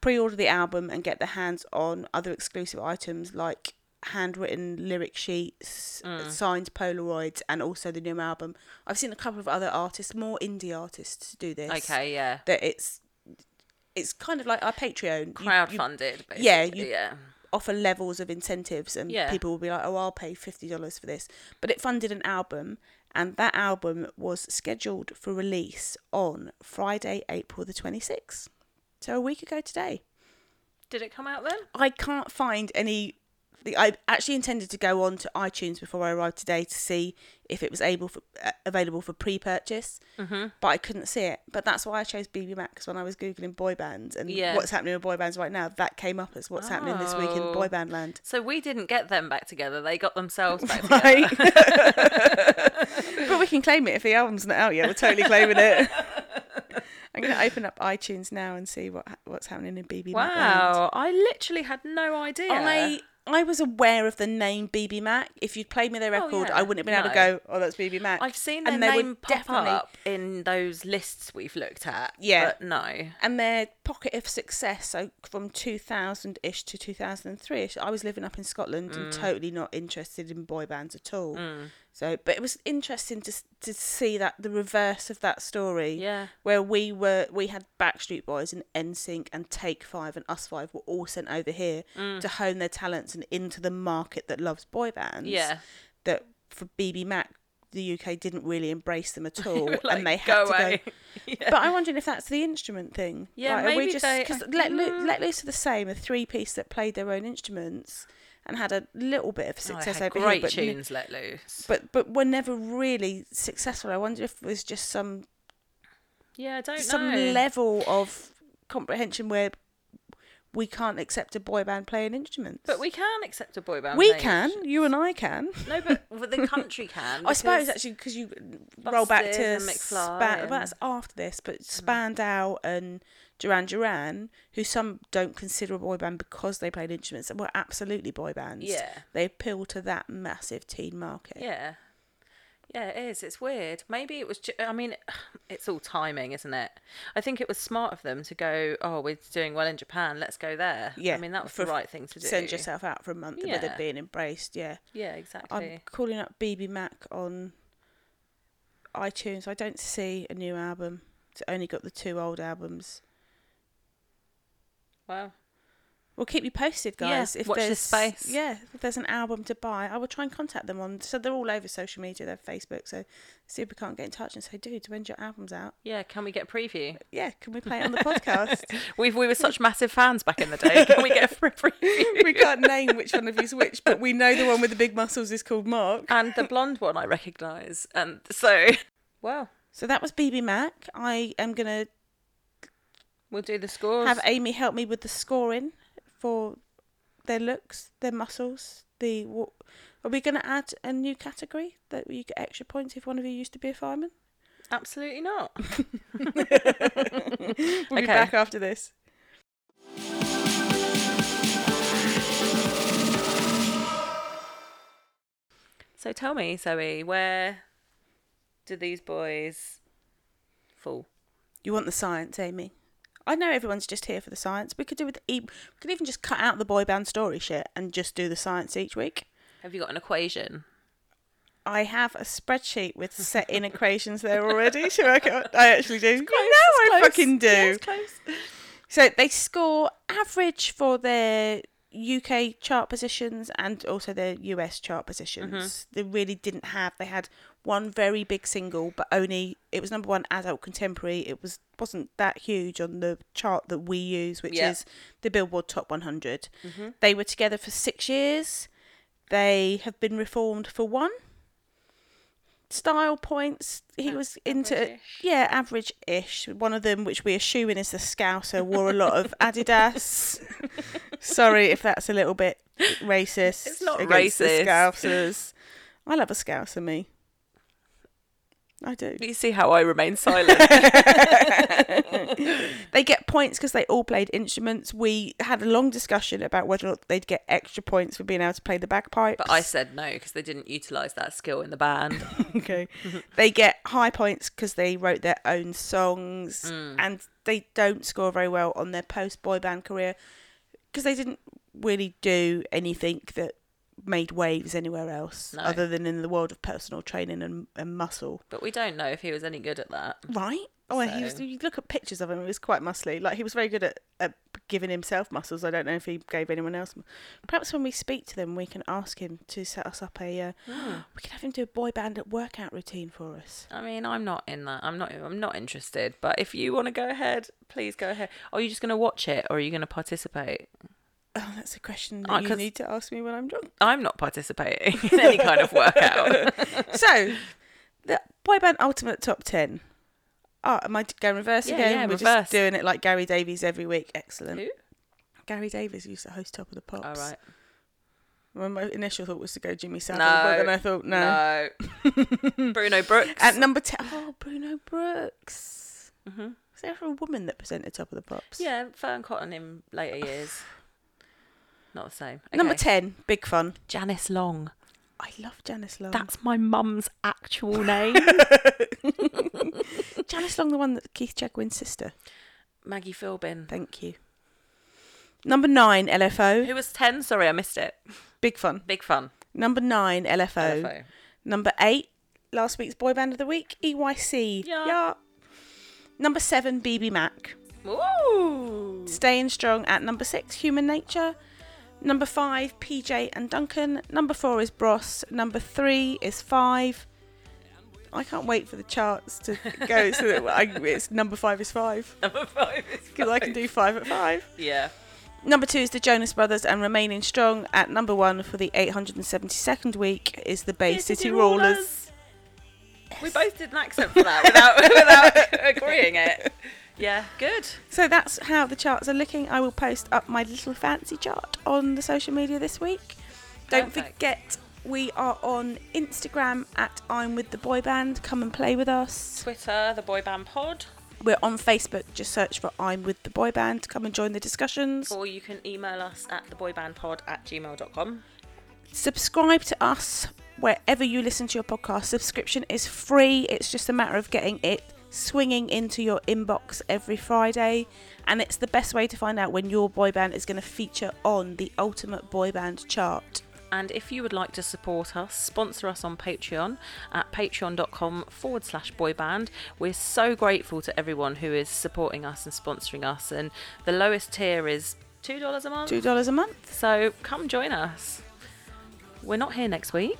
[SPEAKER 3] pre order the album, and get their hands on other exclusive items like handwritten lyric sheets, signed Polaroids, and also the new album. I've seen a couple of other artists, more indie artists, do this.
[SPEAKER 2] okay, yeah.
[SPEAKER 3] That it's. It's kind of like our Patreon. You- you-
[SPEAKER 2] Crowdfunded, basically.
[SPEAKER 3] yeah,
[SPEAKER 2] Yeah,
[SPEAKER 3] you-
[SPEAKER 2] yeah.
[SPEAKER 3] offer levels of incentives and
[SPEAKER 2] Yeah.
[SPEAKER 3] people will be like oh i'll pay $50 for this but it funded an album and that album was scheduled for release on friday april the 26th so a week ago today
[SPEAKER 2] Did it come out then?
[SPEAKER 3] i can't find any the- i actually intended to go on to itunes before i arrived today to see if it was able for, uh, available for pre-purchase but i couldn't see it but that's why i chose bb max when i was googling boy bands and
[SPEAKER 2] Yeah.
[SPEAKER 3] what's happening with boy bands right now that came up as what's happening this week in
[SPEAKER 2] Oh.
[SPEAKER 3] boy band land
[SPEAKER 2] So we didn't get them back together. They got themselves back together.
[SPEAKER 3] Right. but we can claim it if the album's not out yet. We're totally claiming it. I'm going to open up iTunes now and see what what's happening in BB Mac. land.
[SPEAKER 2] Wow, I literally had no idea.
[SPEAKER 3] I I was aware of the name BB Mac. If you'd played me their
[SPEAKER 2] Oh,
[SPEAKER 3] record,
[SPEAKER 2] yeah.
[SPEAKER 3] I wouldn't have been able to
[SPEAKER 2] No.
[SPEAKER 3] go, "Oh, that's BB Mac."
[SPEAKER 2] I've seen their
[SPEAKER 3] they were
[SPEAKER 2] name pop up in those lists we've looked at.
[SPEAKER 3] Yeah.
[SPEAKER 2] but no.
[SPEAKER 3] and their pocket of success so from 2000 ish to 2003 ish i was living up in scotland
[SPEAKER 2] Mm.
[SPEAKER 3] and totally not interested in boy bands at all so but it was interesting to s- to see that the reverse of that story
[SPEAKER 2] Yeah.
[SPEAKER 3] where we were we had backstreet boys and nsync and take five and us five were all sent over here
[SPEAKER 2] Mm.
[SPEAKER 3] to hone their talents and into the market that loves boy bands
[SPEAKER 2] Yeah.
[SPEAKER 3] that for bb mac the uk didn't really embrace them at all
[SPEAKER 2] Like,
[SPEAKER 3] and they had
[SPEAKER 2] go
[SPEAKER 3] to
[SPEAKER 2] away.
[SPEAKER 3] go but I'm wondering if that's the instrument thing.
[SPEAKER 2] Yeah,
[SPEAKER 3] Like, are we
[SPEAKER 2] maybe
[SPEAKER 3] just,
[SPEAKER 2] they-
[SPEAKER 3] Cause let, Lo-
[SPEAKER 2] Mm.
[SPEAKER 3] let Loose are the same, a three piece that played their own instruments and had a little bit
[SPEAKER 2] Oh,
[SPEAKER 3] of
[SPEAKER 2] they
[SPEAKER 3] success
[SPEAKER 2] had
[SPEAKER 3] over
[SPEAKER 2] great
[SPEAKER 3] here, but, n-
[SPEAKER 2] tunes let loose.
[SPEAKER 3] but but were never really successful. I wonder if there's just some
[SPEAKER 2] yeah, I don't
[SPEAKER 3] some
[SPEAKER 2] know.
[SPEAKER 3] level of comprehension where we can't accept a boy band playing instruments.
[SPEAKER 2] but we can accept a boy band.
[SPEAKER 3] we
[SPEAKER 2] name.
[SPEAKER 3] can, you and I can.
[SPEAKER 2] No, but but the country can.
[SPEAKER 3] I suppose
[SPEAKER 2] because-
[SPEAKER 3] actually because you roll back
[SPEAKER 2] Busted
[SPEAKER 3] to
[SPEAKER 2] and
[SPEAKER 3] Span.
[SPEAKER 2] McFly
[SPEAKER 3] Well,
[SPEAKER 2] and- Mm.
[SPEAKER 3] that's after this, but Spandau and Duran Duran, who some don't consider a boy band because they played instruments, were absolutely boy bands.
[SPEAKER 2] Yeah.
[SPEAKER 3] they appeal to that massive teen market.
[SPEAKER 2] Yeah. Yeah, it is. It's weird. Maybe it was. Ju- I mean, it's all timing, isn't it? I think it was smart of them to go. Oh, we're doing well in Japan. Let's go there.
[SPEAKER 3] Yeah,
[SPEAKER 2] I mean, that was
[SPEAKER 3] for-
[SPEAKER 2] the right thing to do.
[SPEAKER 3] Send yourself out for a month with it
[SPEAKER 2] Yeah.
[SPEAKER 3] being embraced. Yeah,
[SPEAKER 2] Yeah, exactly.
[SPEAKER 3] I'm calling up BB Mac on iTunes. I don't see a new album. It's only got the two old albums.
[SPEAKER 2] Wow.
[SPEAKER 3] We'll keep you posted,
[SPEAKER 2] Yeah,
[SPEAKER 3] guys. if
[SPEAKER 2] watch
[SPEAKER 3] there's,
[SPEAKER 2] this space.
[SPEAKER 3] Yeah, if there's an album to buy, I will try and contact them on. So they're all over social media, they're Facebook. So see if we can't get in touch and say, dude, when's your album's out?
[SPEAKER 2] Yeah, can we get a preview?
[SPEAKER 3] Yeah, can we play it on the podcast?
[SPEAKER 2] We we were such massive fans back in the day. Can we get a free preview?
[SPEAKER 3] we can't name which one of you's which, but we know the one with the big muscles is called Mark.
[SPEAKER 2] And the blonde one I recognise. And so, well,
[SPEAKER 3] So that was BB Mac. I am gonna
[SPEAKER 2] we'll do the scores.
[SPEAKER 3] have Amy help me with the scoring for their looks, their muscles. The what, are we gonna add a new category that you get extra points if one of you used to be a fireman?
[SPEAKER 2] Absolutely not.
[SPEAKER 3] We'll be
[SPEAKER 2] Okay.
[SPEAKER 3] back after this.
[SPEAKER 2] So tell me, Zoe, where do these boys fall?
[SPEAKER 3] You want the science, Amy? I know everyone's just here for the science. We could do with e- we could even just cut out the boy band story shit and just do the science each week.
[SPEAKER 2] Have you got an equation?
[SPEAKER 3] I have a spreadsheet with set in equations there already. Sure, I, can, I actually do. you
[SPEAKER 2] it's
[SPEAKER 3] know I
[SPEAKER 2] close.
[SPEAKER 3] fucking do.
[SPEAKER 2] Yeah, it's close.
[SPEAKER 3] So they score average for their UK chart positions and also their US chart positions. They really didn't have. They had one very big single, but only it was number one adult contemporary. It was wasn't that huge on the chart that we use, which
[SPEAKER 2] Yeah.
[SPEAKER 3] is the Billboard Top 100. They were together for six years. They have been reformed for one. Style points. He was into yeah, average-ish. One of them, which we assume is the Scouser, wore a lot of Adidas. Sorry if that's a little bit racist.
[SPEAKER 2] It's not
[SPEAKER 3] against the
[SPEAKER 2] racist.
[SPEAKER 3] Scousers. I love a Scouser, me. I do.
[SPEAKER 2] You see how I remain silent.
[SPEAKER 3] They get points because they all played instruments. We had a long discussion about whether or not they'd get extra points for being able to play the bagpipes.
[SPEAKER 2] but I said no because they didn't utilise that skill in the band.
[SPEAKER 3] okay.
[SPEAKER 2] Mm-hmm.
[SPEAKER 3] they get high points because they wrote their own songs
[SPEAKER 2] Mm.
[SPEAKER 3] and they don't score very well on their post boy band career because they didn't really do anything that made waves anywhere else
[SPEAKER 2] No.
[SPEAKER 3] other than in the world of personal training and, and muscle.
[SPEAKER 2] But we don't know if he was any good at that.
[SPEAKER 3] Right? Oh, he was.
[SPEAKER 2] So-
[SPEAKER 3] You look at pictures of him; he was quite muscly. Like he was very good at, at giving himself muscles. I don't know if he gave anyone else. mu- Perhaps when we speak to them, we can ask him to set us up a. Uh,
[SPEAKER 2] Mm.
[SPEAKER 3] We could have him do a boy band workout routine for us.
[SPEAKER 2] I mean, I'm not in that. I'm not. I'm not interested. But if you want to go ahead, please go ahead. Are you just going to watch it, or are you going to participate?
[SPEAKER 3] Oh, that's a question that
[SPEAKER 2] Ah,
[SPEAKER 3] you
[SPEAKER 2] 'cause-
[SPEAKER 3] need to ask me when I'm drunk.
[SPEAKER 2] I'm not participating in any kind of workout.
[SPEAKER 3] so, the boy band ultimate top ten. Oh, am I going reverse
[SPEAKER 2] Yeah,
[SPEAKER 3] again?
[SPEAKER 2] yeah,
[SPEAKER 3] We're
[SPEAKER 2] reverse.
[SPEAKER 3] just doing it like Gary Davies every week. Excellent.
[SPEAKER 2] Who?
[SPEAKER 3] Gary Davies used to host Top of the Pops.
[SPEAKER 2] All right.
[SPEAKER 3] Well, my initial thought was to go Jimmy Savile,
[SPEAKER 2] No,
[SPEAKER 3] but then I thought no.
[SPEAKER 2] no. Bruno Brooks.
[SPEAKER 3] At number ten, oh Bruno Brooks. Was there ever a woman that presented Top of the Pops?
[SPEAKER 2] Mm-hmm. yeah, Fern Cotton in later years. Not the same.
[SPEAKER 3] Number
[SPEAKER 2] Okay.
[SPEAKER 3] ten, Big Fun.
[SPEAKER 2] Janice Long.
[SPEAKER 3] I love Janice Long.
[SPEAKER 2] That's my mum's actual name.
[SPEAKER 3] Janice Long, the one that Keith Chegwin's sister.
[SPEAKER 2] Maggie Philbin.
[SPEAKER 3] Thank you. Number nine, LFO.
[SPEAKER 2] Who was 10? Sorry, I missed it.
[SPEAKER 3] Big Fun.
[SPEAKER 2] Big fun.
[SPEAKER 3] Number nine, LFO.
[SPEAKER 2] LFO.
[SPEAKER 3] Number eight, last week's boy band of the week, E EYC.
[SPEAKER 2] Yeah.
[SPEAKER 3] Number seven, BB Mac.
[SPEAKER 2] Ooh.
[SPEAKER 3] Staying strong at number six, Human Nature. Number five, PJ and Duncan. Number four is Bros. Number three is Five. I can't wait for the charts to go so that I, it's number five is five
[SPEAKER 2] Number five is
[SPEAKER 3] because I can do five at five.
[SPEAKER 2] Yeah.
[SPEAKER 3] Number two is the Jonas Brothers and remaining strong at number one for the 872nd week is the Bay City, Rollers.
[SPEAKER 2] We both did an accent for that without, without agreeing it. Yeah, good.
[SPEAKER 3] So that's how the charts are looking. I will post up my little fancy chart on the social media this week. Don't
[SPEAKER 2] Perfect.
[SPEAKER 3] forget we are on Instagram at I'm with the boy band. Come and play with us.
[SPEAKER 2] Twitter, the boy band pod,
[SPEAKER 3] We're on Facebook. Just search for I'm with the boy band. Come and join the discussions.
[SPEAKER 2] or you can email us at theboybandpod at gmail.com.
[SPEAKER 3] Subscribe to us wherever you listen to your podcast. Subscription is free. It's just a matter of getting it swinging into your inbox every Friday. And it's the best way to find out when your boy band is going to feature on the Ultimate Boy Band chart.
[SPEAKER 2] And if you would like to support us, sponsor us on Patreon at patreon.com forward slash boyband. We're so grateful to everyone who is supporting us and sponsoring us. And the lowest tier is $2 a month.
[SPEAKER 3] $2 a month?
[SPEAKER 2] So come join us. We're not here next week.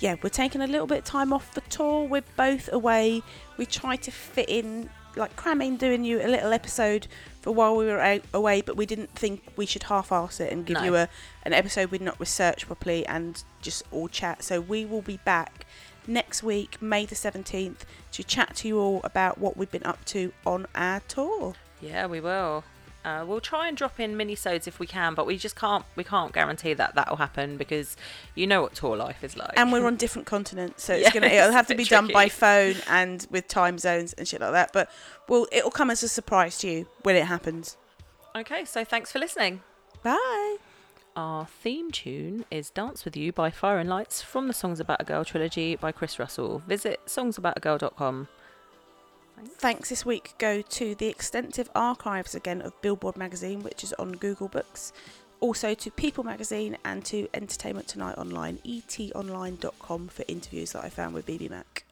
[SPEAKER 3] Yeah, we're taking a little bit of time off the tour. We're both away. We try to fit in, like cramming, doing you a little episode for while we were out, away, but we didn't think we should half-arse it and give
[SPEAKER 2] No.
[SPEAKER 3] you a an episode we'd not researched properly and just all chat. So we will be back next week, May the 17th, to chat to you all about what we've been up to on our tour.
[SPEAKER 2] Yeah, we will. Uh, we'll try and drop in minisodes if we can, but we just can't. We can't guarantee that that will happen because you know what tour life is like.
[SPEAKER 3] and we're on different continents, so it's
[SPEAKER 2] Yeah,
[SPEAKER 3] gonna it'll
[SPEAKER 2] it's
[SPEAKER 3] have
[SPEAKER 2] a
[SPEAKER 3] to
[SPEAKER 2] bit
[SPEAKER 3] be done by
[SPEAKER 2] tricky.
[SPEAKER 3] phone and with time zones and shit like that. But well, it'll come as a surprise to you when it happens.
[SPEAKER 2] okay, so thanks for listening.
[SPEAKER 3] Bye.
[SPEAKER 2] Our theme tune is Dance With You by Fire and Lights from the Songs About a Girl trilogy by Chris Russell. Visit songsaboutagirl.com.
[SPEAKER 3] Thanks this week go to the extensive archives again of Billboard magazine, which is on Google Books, also to People magazine E and to Entertainment Tonight Online, etonline.com for interviews that I found with BB Mac.